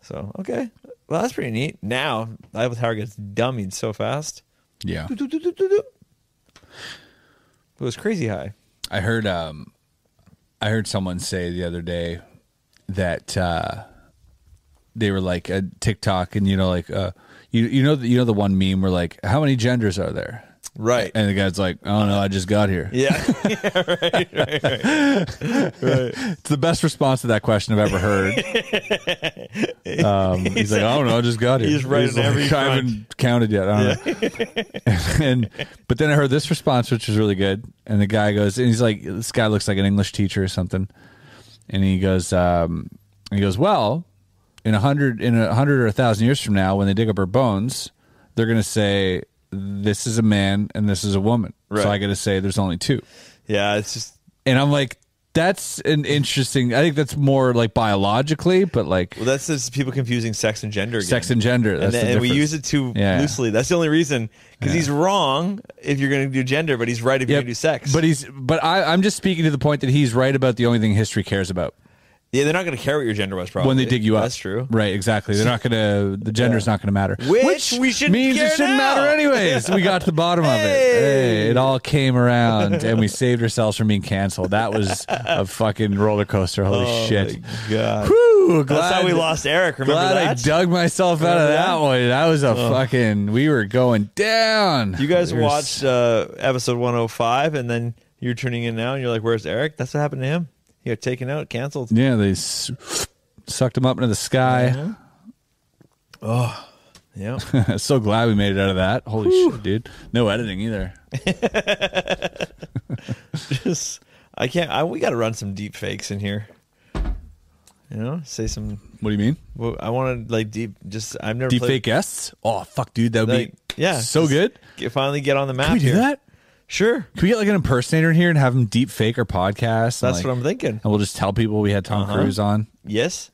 So okay, well that's pretty neat. Now the Eiffel Tower gets dummied so fast. Yeah. Doot, doot, doot, doot, doot, doot. It was crazy high. I heard um I heard someone say the other day that uh they were like a TikTok and you know like uh you you know the, you know the one meme where like how many genders are there? Right. And the guy's like, "I don't know, I just got here." Yeah. It's the best response to that question I've ever heard. um, he's, like, "I don't know, I just got here." He's right in like, every I haven't counted yet. I don't know. and but then I heard this response, which was really good. And the guy goes, and he's like, "This guy looks like an English teacher or something." And he goes, um, he goes, "Well, in a hundred, in a hundred or a thousand years from now, when they dig up her bones, they're gonna say." This is a man and this is a woman. Right. So I got to say, there's only two yeah. It's just and I'm like, that's an interesting. I think that's more like biologically, but like Well, that's just people confusing sex and gender. Again. sex and gender. and, That's then- the and we difference. use it too Yeah. loosely. That's the only reason because he's wrong if you're going to do gender, but he's right if you're Yep. going to do sex. But he's but I, I'm just speaking to the point that he's right about the only thing history cares about yeah, they're not going to care what your gender was. Probably when they dig you up. That's true. Right, exactly. They're not gonna the gender's not gonna matter. Which we shouldn't means care it shouldn't now. matter anyways. We got to the bottom of it. Hey, it all came around and we saved ourselves from being canceled. That was a fucking roller coaster. Holy shit. Oh My God. Whew, That's how glad- we lost Eric. Remember Glad that? I dug myself out of Remember that that? Oh. one. That was a fucking. We were going down. you guys We were watched uh, episode 105, and then you're tuning in now, and you're like, "Where's Eric?" That's what happened to him. He got taken out, canceled. Yeah, they s- sucked him up into the sky. Oh, Yeah. so glad we made it out of that. Holy shit, dude! No editing either. just I can't. I, we got to run some deep fakes in here. You know, say some. What do you mean? Well, I want to like deep. Just I've never Deep played, fake guests? Oh fuck, dude, that would Like, be yeah, so just good. Get, finally get on the map. Can we do here. that? Sure, Can we get like an impersonator in here and have him deep fake our podcast? and, that's like- what I'm thinking. And we'll just tell people we had Tom Uh-huh. Cruise on, Yes,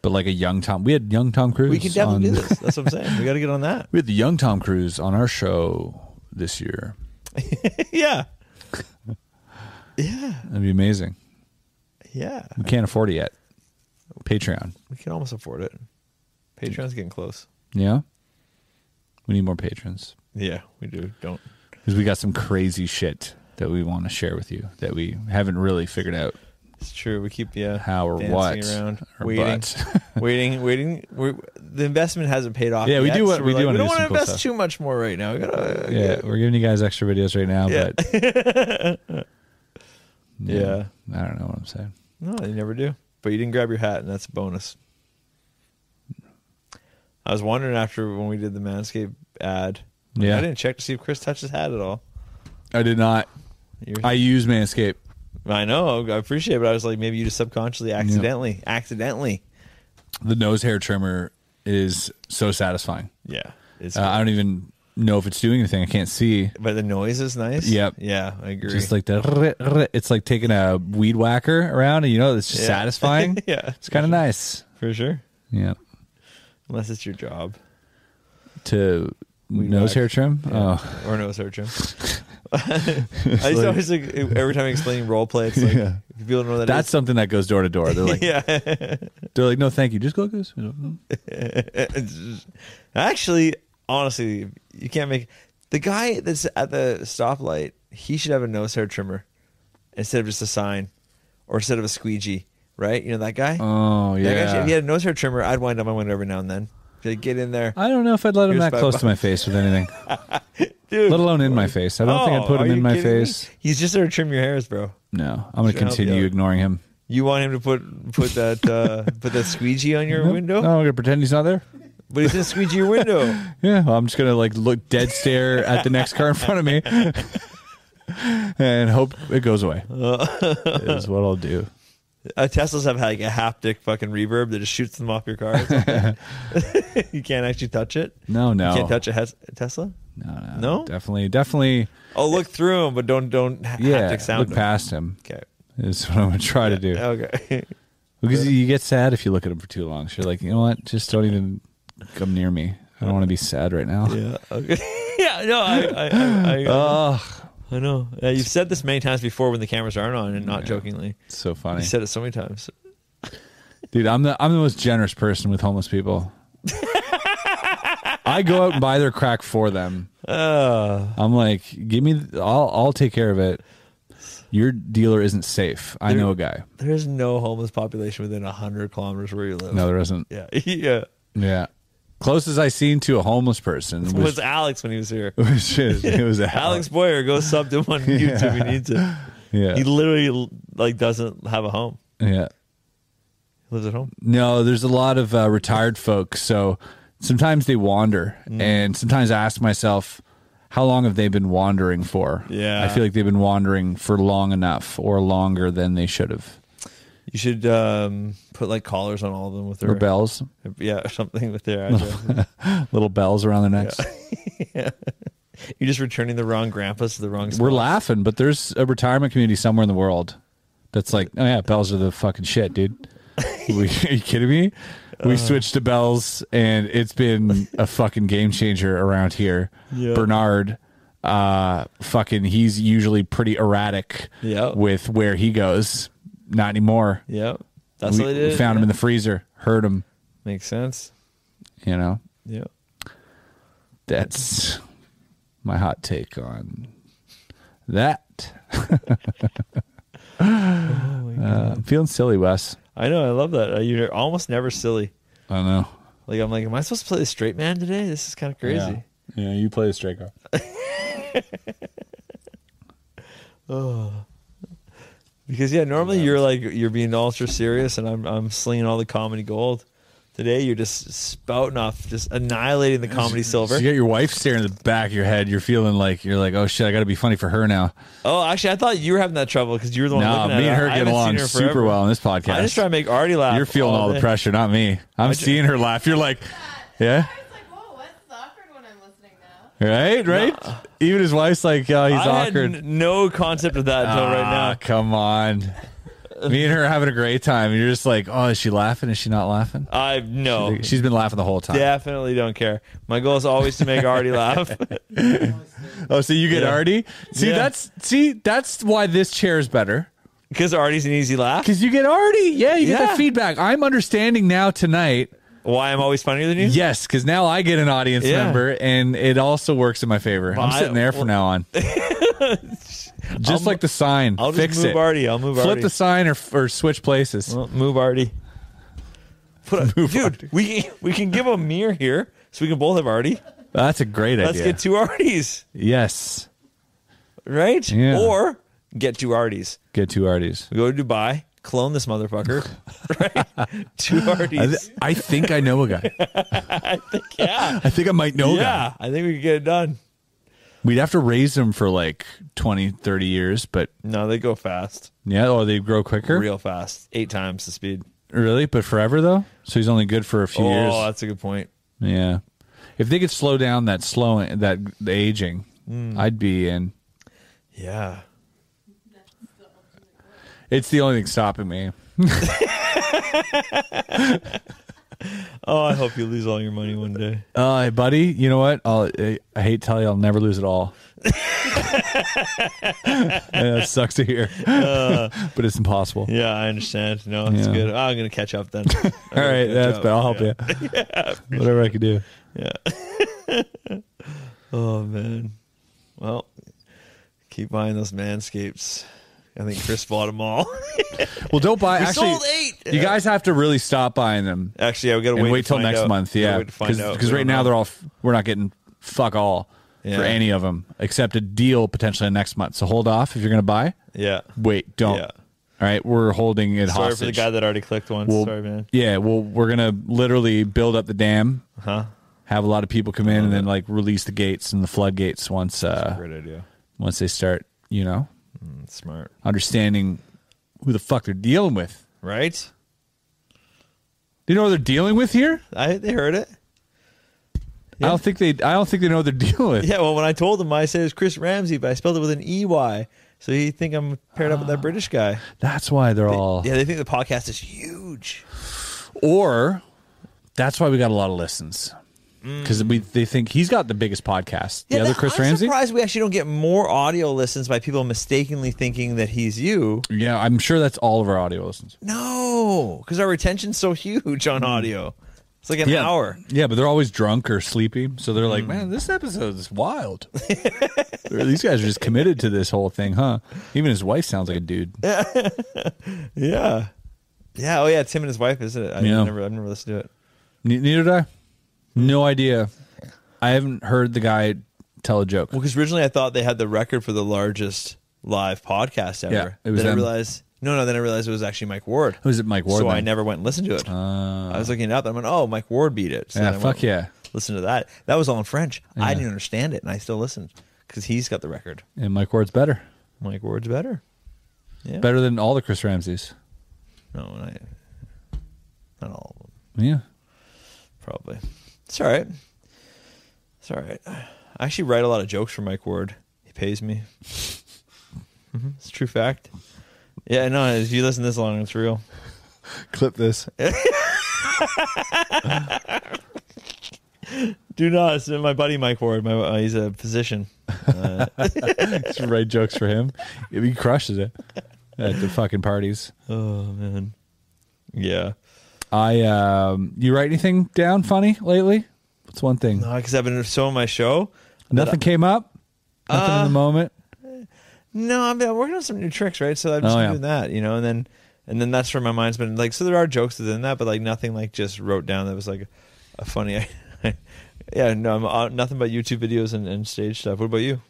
but like a young Tom. We had young Tom Cruise. we can definitely on- do this. That's what I'm saying. We got to get on that. We had the young Tom Cruise on our show this year. yeah, yeah, That'd be amazing. yeah. We can't afford it yet. Patreon. We can almost afford it. Patreon's getting close. Yeah. We need more patrons Yeah, we do. Don't. because we got some crazy shit that we want to share with you that we haven't really figured out It's true. We keep yeah how or dancing what. around, or waiting, but. waiting, waiting. We're, the investment hasn't paid off. Yeah, we yet, do want- so we we're do like, wanna We don't do want to some cool invest stuff. too much more right now. We gotta, Uh, yeah, we're giving you guys extra videos right now, Yeah. but Yeah. I don't know what I'm saying. No, you never do. But you didn't grab your hat, and that's a bonus. I was wondering after when we did the Manscaped ad. like, Yeah. I didn't check to see if Chris touched his hat at all. I did not. You're, I I, use Manscaped. know. I appreciate it, but I was like, maybe you just subconsciously, accidentally, accidentally. The nose hair trimmer is so satisfying. Yeah. It's Uh, I don't even know if it's doing anything. I can't see. but the noise is nice. Yep. Yeah, I agree. Just like the, it's like taking a weed whacker around, and you know, it's just Yeah. satisfying. yeah, It's kind of nice. for sure. Yeah. Unless it's your job To nose whack. hair trim. Oh, or no surgeon. I just always like every time I explain role play, it's like Yeah. if people don't know what that that's something that goes door to door. They're like, is- yeah. they're like, no, thank you. Just go like this. You know? It's just- Actually, honestly, you can't make the guy that's at the stoplight. He should have a nose hair trimmer instead of just a sign, or instead of a squeegee, right? You know that guy. Oh That guy should- yeah. if he had a nose hair trimmer, I'd wind up my window every now and then. Be Like, get in there, I don't know if I'd let him Here's that my close bu- to my face with anything, dude. let alone in my face. I don't think I'd Oh, put are him in you my kidding me? face. He's just there to trim your hairs, bro. No, I'm gonna Should help you continue out. ignoring him. You want him to put put that uh, put that squeegee on your Nope. window? No, I'm gonna pretend he's not there. But he's gonna squeegee your window. Yeah, well, I'm just gonna like look dead stare at the next car in front of me and hope it goes away. is what I'll do. Uh, Teslas have like a haptic fucking reverb that just shoots them off your car. Or something. you can't actually touch it. No, no, You can't touch a, Hes- a Tesla. no, no, No? definitely, definitely. Oh, look through them, but don't don't ha- Yeah, haptic sound. look them. past him. Okay. Is what I'm gonna try to do Okay. because you get sad if you look at him for too long. So you're like, you know what? Just don't even come near me. I don't want to be sad right now. yeah. Okay. yeah. No. I. I. I, I, Ugh, I know. Uh, you've said this many times before when the cameras aren't on, and not jokingly. it's so funny, You said it so many times. dude. I'm the I'm the most generous person with homeless people. I go out and buy their crack for them. Uh, I'm like, give me. th- I'll I'll take care of it. Your dealer isn't safe. I know a guy. there's no homeless population within hundred kilometers where you live. No, there isn't. Yeah. yeah. Yeah. Closest I seen to a homeless person It was, was Alex when he was here. was just, it was Alex Boyer, go sub to him on YouTube. if He needs it. Yeah. He literally like doesn't have a home. yeah. He lives at home. No, there's a lot of uh, retired folks. So sometimes they wander. Mm. And sometimes I ask myself, how long have they been wandering for? Yeah. I feel like they've been wandering for long enough or longer than they should have. You should um, put like collars on all of them with their Or bells, Yeah, or something with their address. little bells around their necks. You're just returning the wrong grandpas to the wrong. We're spots. laughing, but there's a retirement community somewhere in the world that's like, oh yeah, bells are the fucking shit, dude. we, are you kidding me? Uh. We switched to bells, and it's been a fucking game changer around here. Yeah. Bernard, uh, fucking, he's usually pretty erratic. Yeah. with where he goes, not anymore. Yep, that's we, what they we did. found him yeah. in the freezer, heard him. Makes sense. You know, Yeah. that's my hot take on that. Oh Uh, I'm feeling silly, Wes. I know. I love that. Uh, You're almost never silly. I don't know. Like I'm like, am I supposed to play the straight man today? This is kind of crazy. Yeah, you play the straight guy. Because yeah, normally you're like you're being ultra serious, and I'm I'm slinging all the comedy gold. Today you're just spouting off, just annihilating the comedy So silver. you got your wife staring in the back of your head. You're feeling like you're like, oh shit, I got to be funny for her now. Oh, actually, I thought you were having that trouble because you were the one. No, looking at me it. and her get I haven't seen along her super forever. well on this podcast. I just try to make Artie laugh. you're feeling all, the day. pressure, not me. I'm ju- seeing her laugh. You're like, yeah, Uh, I was like, whoa, what's the awkward one I'm listening now? right, right. Even his wife's like, oh, he's I awkward. had n- no concept of that until right Ah, now. come on. me and her are having a great time. And you're just like, oh, is she laughing? Is she not laughing? I no, She's been laughing the whole time. definitely don't care. My goal is always to make Artie laugh. Oh, so you get Yeah. Artie? See, Yeah. that's see, that's why this chair is better. Because Artie's an easy laugh. Because you get Artie. Yeah, you get Yeah. that feedback. I'm understanding now tonight. Why I'm always funnier than you? Yes, because now I get an audience Yeah. member, and it also works in my favor. Well, I'm I- sitting there from now on. just like the sign. I'll just Fix move it. Artie. I'll move Flip Artie. the sign or, or switch places. Well, move Artie. Put a, dude, we we can give a mirror here, so we can both have Artie. That's a great Let's idea. get two Arties, yes, right? Yeah. Or get two Arties. get two Arties. We go to Dubai, clone this motherfucker, right? Two I, Arties. th- I think I know a guy. yeah, I think I might know a guy. yeah. I think we could get it done. We'd have to raise them for like 20, 30 years, but No, they go fast, yeah, or they grow quicker. real fast, eight times the speed. Really? But forever, though? So he's only good for a few Oh, years. that's a good point. Yeah. If they could slow down that slowing, that the aging, I'd be in. Yeah. It's the only thing stopping me. Oh, I hope you lose all your money one day. Uh, buddy, you know what? I'll, I I hate to tell you, I'll never lose it all. yeah, that sucks to hear, but it's impossible. Yeah, I understand. No, it's Yeah. good. I'm gonna catch up then. All right, that's job. bad. I'll help you. Whatever I can do. Oh man. Well, keep buying those manscapes. I think Chris bought them all. Well, don't buy. We actually, sold eight. you guys have to really stop buying them Actually, yeah, we gotta and wait, wait, to till find next out. month. We gotta Yeah, wait to find out. because We right don't now know. they're all f- we're not getting fuck all Yeah. for any of them except a deal potentially next month. So hold off if you're gonna buy. Yeah. Wait, don't. Yeah. All right, we're holding it Sorry hostage. for the guy that already clicked once. We'll- Sorry, man. Yeah, well, we're gonna literally build up the dam, Huh? have a lot of people come in, and then like release the gates and the floodgates once uh Great idea. once they start, you know, That's smart. understanding who the fuck they're dealing with. Right? Do you know what they're dealing with here? I they heard it. I don't think they. I don't think they know what they're dealing with. Yeah, well, when I told him, I said it's Chris Ramsey, but I spelled it with an EY. So you think I'm paired up with that British guy. That's why they're all. Yeah, they think the podcast is huge. Or that's why we got a lot of listens because we they think he's got the biggest podcast. the other Mm. that- Chris I'm Ramsey. surprised we actually don't get more audio listens by people mistakenly thinking that he's you. Yeah, I'm sure that's all of our audio listens. No, because our retention's so huge on audio. It's like an Yeah. hour. Mm. Yeah, but they're always drunk or sleepy, so they're like, "Man, this episode is wild." These guys are just committed to this whole thing, huh? Even his wife sounds like a dude. Yeah. Yeah. Oh, yeah. Tim and his wife, isn't it? I Yeah. never, I've never listened to it. Ne- Neither did I. No idea. I haven't heard the guy tell a joke. Well, because originally I thought they had the record for the largest live podcast ever. Yeah, it was then I them. realized, no, no, then I realized it was actually Mike Ward. Who's it, Mike Ward? so I then? Uh, never went and listened to it. I was looking it up and I went, oh, Mike Ward beat it. So Yeah, then I fuck went, yeah. Listen to that. That was all in French. I didn't understand it and I still listened because he's got the record. And Mike Ward's better. Mike Ward's better. Better than all the Chris Ramses. No, and I, not all of them, Yeah. probably. It's all right. It's all right. I actually write a lot of jokes for Mike Ward. He pays me. Mhm, It's a true fact. Yeah, no, if you listen this long, it's real. Clip this. Do not. It's my buddy Mike Ward. My, uh, he's a physician. Uh, Just write jokes for him. He crushes it at the fucking parties. oh man. Yeah. I um you write anything down funny lately? What's one thing? Because I've been so on my show. Nothing came up? Nothing Uh, in the moment? No, I've been working on some new tricks, right? So I've just Oh, been yeah. doing that, you know, and then and then that's where my mind's been like. So there are jokes within that, but like nothing like just wrote down that was like a funny. yeah, no, I'm, uh, nothing but YouTube videos and, and stage stuff. What about you?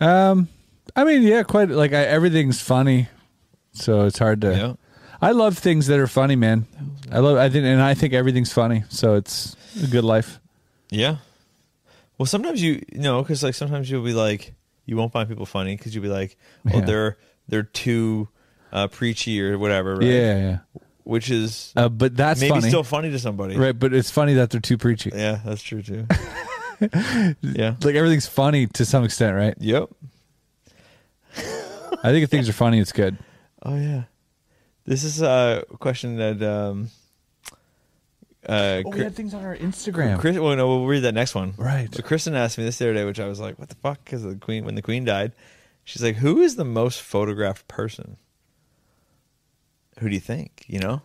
Um I mean, yeah, quite like I, everything's funny. So it's hard to Yeah. I love things that are funny, man. I love I think and I think everything's funny. So it's a good life. Yeah. Well, sometimes you, you know, because like sometimes you'll be like, you won't find people funny because you'll be like, oh, Yeah. they're they're too uh, preachy or whatever, right? Yeah, yeah. Which is Uh, but that's maybe funny. still funny to somebody, right, but it's funny that they're too preachy. Yeah, that's true too. yeah. Like everything's funny to some extent, right? Yep. I think if things are funny, it's good. Oh yeah, this is a question that um, Oh, uh, Chri- things on our Instagram. Chris. Well, no, we'll read that next one. Right. But Kristen asked me this the other day, which I was like, "What the fuck?" Because the queen, when the queen died, she's like, "Who is the most photographed person?" Who do you think? You know,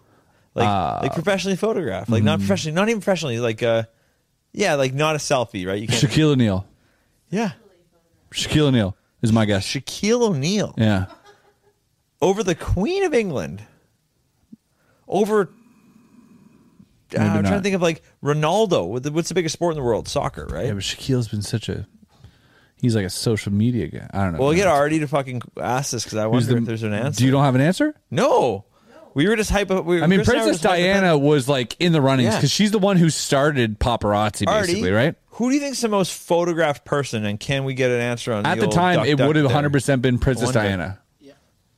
like like professionally photographed, like not professionally, not even professionally, like uh, yeah, like not a selfie, right? You can't. Shaquille O'Neal. yeah, Shaquille O'Neal is my guess. Shaquille O'Neal Yeah. over the Queen of England, over. Uh, Maybe I'm trying not. to think of like Ronaldo. What the- What's the biggest sport in the world? Soccer, right? Yeah, but Shaquille's been such a he's like a social media guy. I don't know. We'll man. get Artie to fucking ask this because I Who's wonder the- if there's an answer. Do you don't have an answer? no. We were just hypo. We, I mean, Chris and were Princess just hypo- Diana was like in the runnings Yeah. because she's the one who started paparazzi, Artie, basically, right? Who do you think's the most photographed person, and can we get an answer on At the old time, duck, it duck would have there? 100 percent been Princess Wonder. Diana. Yeah.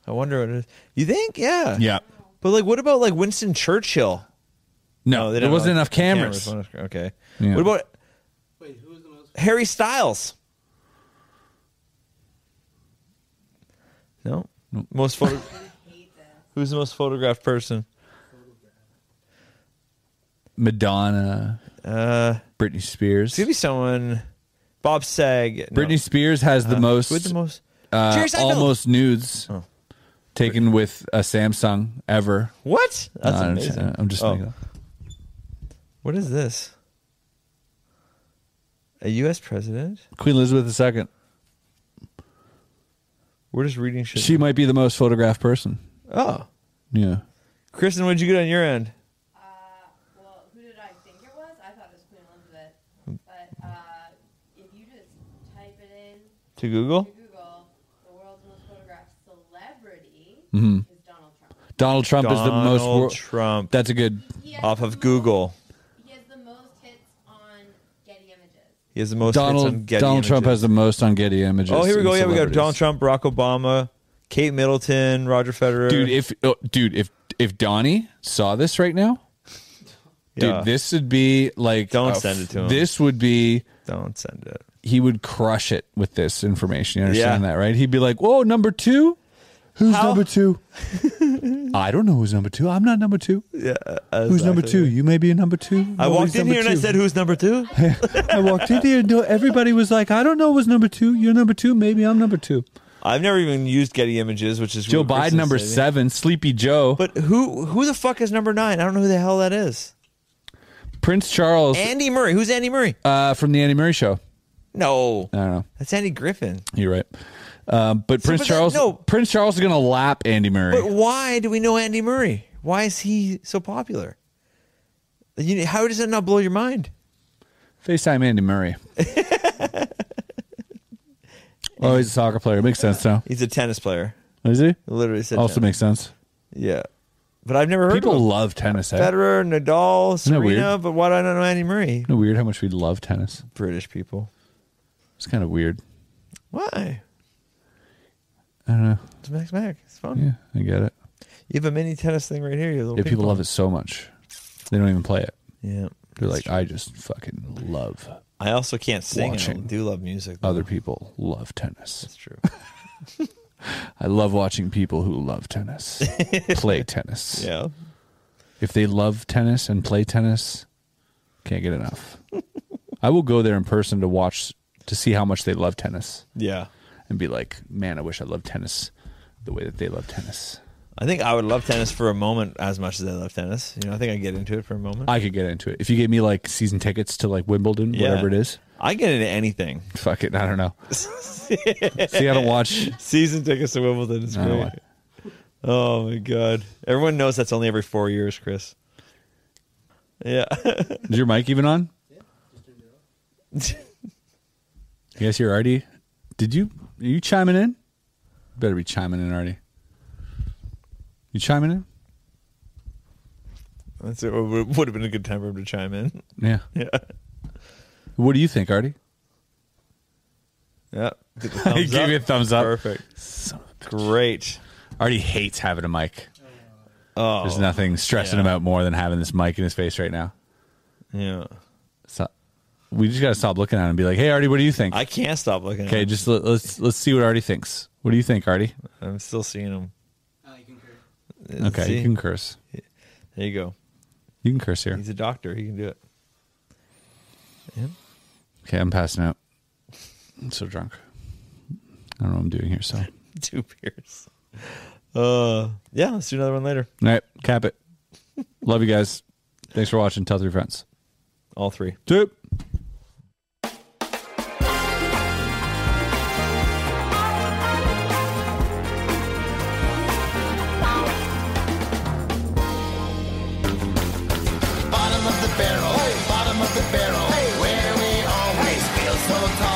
I wonder what it is. You think? Yeah. Yeah. But like, what about like Winston Churchill? No, they there don't wasn't know. enough cameras. Okay. Yeah. What about Wait, who was the most? Harry Styles? No. Most photo. Hate that. Who's the most photographed person? Madonna, Uh, Britney Spears. it's gonna be someone. Bob Sag. no. Uh-huh. Britney Spears has the most, with the most. uh, Jerry Seinfeld. almost nudes taken with a Samsung ever. What? That's No, I'm just- amazing. I'm just Oh. making up. What is this? A U.S. president? Queen Elizabeth II. We're just reading shit. She might be the most photographed person. oh, Yeah. Kristen, what'd you get on your end? Uh, well, who did I think it was? I thought it was Queen Elizabeth. Hmm. But uh, if you just type it in To to Google? Google, the world's most photographed celebrity Mm-hmm. Mhm. is Donald Trump is the most. Donald wor- Trump. That's a good. He has off the of most- Google. He has the most hits on Getty Images. He has the most hits on Donald Getty Donald Trump has images. the most on Getty images. Oh, here we and go. Yeah, we got celebrities. Donald Trump, Barack Obama, Kate Middleton, Roger Federer. Dude, if oh, dude, if if Donnie saw this right now, yeah. dude, this would be like. Don't a f- send it to him. This would be. don't send it. He would crush it with this information. You understand Yeah. that, right? He'd be like, "Whoa, number two. Who's How- number two? I don't know who's number two. I'm not number two. Yeah, Who's number two? You may be a number two. I walked Nobody's in number here and I two. said, "Who's number two? I walked in here and no- everybody was like, I don't know who's number two. You're number two. Maybe I'm number two. I've never even used Getty Images, which is Joe weird. It's Biden, number insane. seven. Sleepy Joe. But who who the fuck is number nine? I don't know who the hell that is. Prince Charles Andy Murray. Who's Andy Murray? uh, from The Andy Murray Show. No, I don't know. that's Andy Griffin. You're right. Um, but Prince but that- Charles, no. Prince Charles is going to lap Andy Murray. But why do we know Andy Murray? Why is he so popular? You, how does that not blow your mind? FaceTime Andy Murray. oh, he's a soccer player. Makes sense now. He's a tennis player. Is he? Literally said Also tennis. makes sense. yeah, but I've never heard People of love tennis. Eh? Isn't Federer, Nadal, that weird? Serena. But why do I not know Andy Murray? it weird how much we love tennis? British people. It's kind of weird. Why? I don't know. It's Max Mac. It's fun. Yeah, I get it. You have a mini tennis thing right here. You little Yeah, people love it so much. They don't even play it. Yeah. They're like, I just fucking love I also can't sing. and I Watching. Oh. do love music. though. other people love tennis. That's true. I love watching people who love tennis play tennis. yeah. If they love tennis and play tennis, can't get enough. I will go there in person to watch to see how much they love tennis Yeah. and be like, man, I wish I loved tennis the way that they love tennis. I think I would love tennis for a moment as much as I love tennis. You know, I think I get into it for a moment. I could get into it. If you gave me like season tickets to like Wimbledon, Yeah. whatever it is, I get into anything. fuck it. I don't know. see, I don't watch. Season tickets to Wimbledon is I don't great. watch. Oh my god! Everyone knows that's only every four years, Chris. Yeah. Is your mic even on? I guess you're already. Did you? Are you chiming in? Better be chiming in already. You chiming in? that's it. Would have been a good time for him to chime in. Yeah. Yeah. What do you think, Artie? Yeah. Give He gave you a thumbs up. Perfect. Great. Artie hates having a mic. Oh. There's nothing stressing yeah. him out more than having this mic in his face right now. Yeah. So we just got to stop looking at him and be like, "Hey, Artie, what do you think?" I can't stop looking. okay, at him. just let, let's let's see what Artie thinks. What do you think, Artie? I'm still seeing him. I concur. Okay, See? you can curse. there you go. You can curse here. He's a doctor. He can do it. Okay, I'm passing out. I'm so drunk. I don't know what I'm doing here. So, all Two beers. Uh, yeah. Let's do another one later. right, cap it. Love you guys. Thanks for watching. Tell three friends. All three. Two. Bottom of the barrel, bottom of the barrel, where we always feel so tall.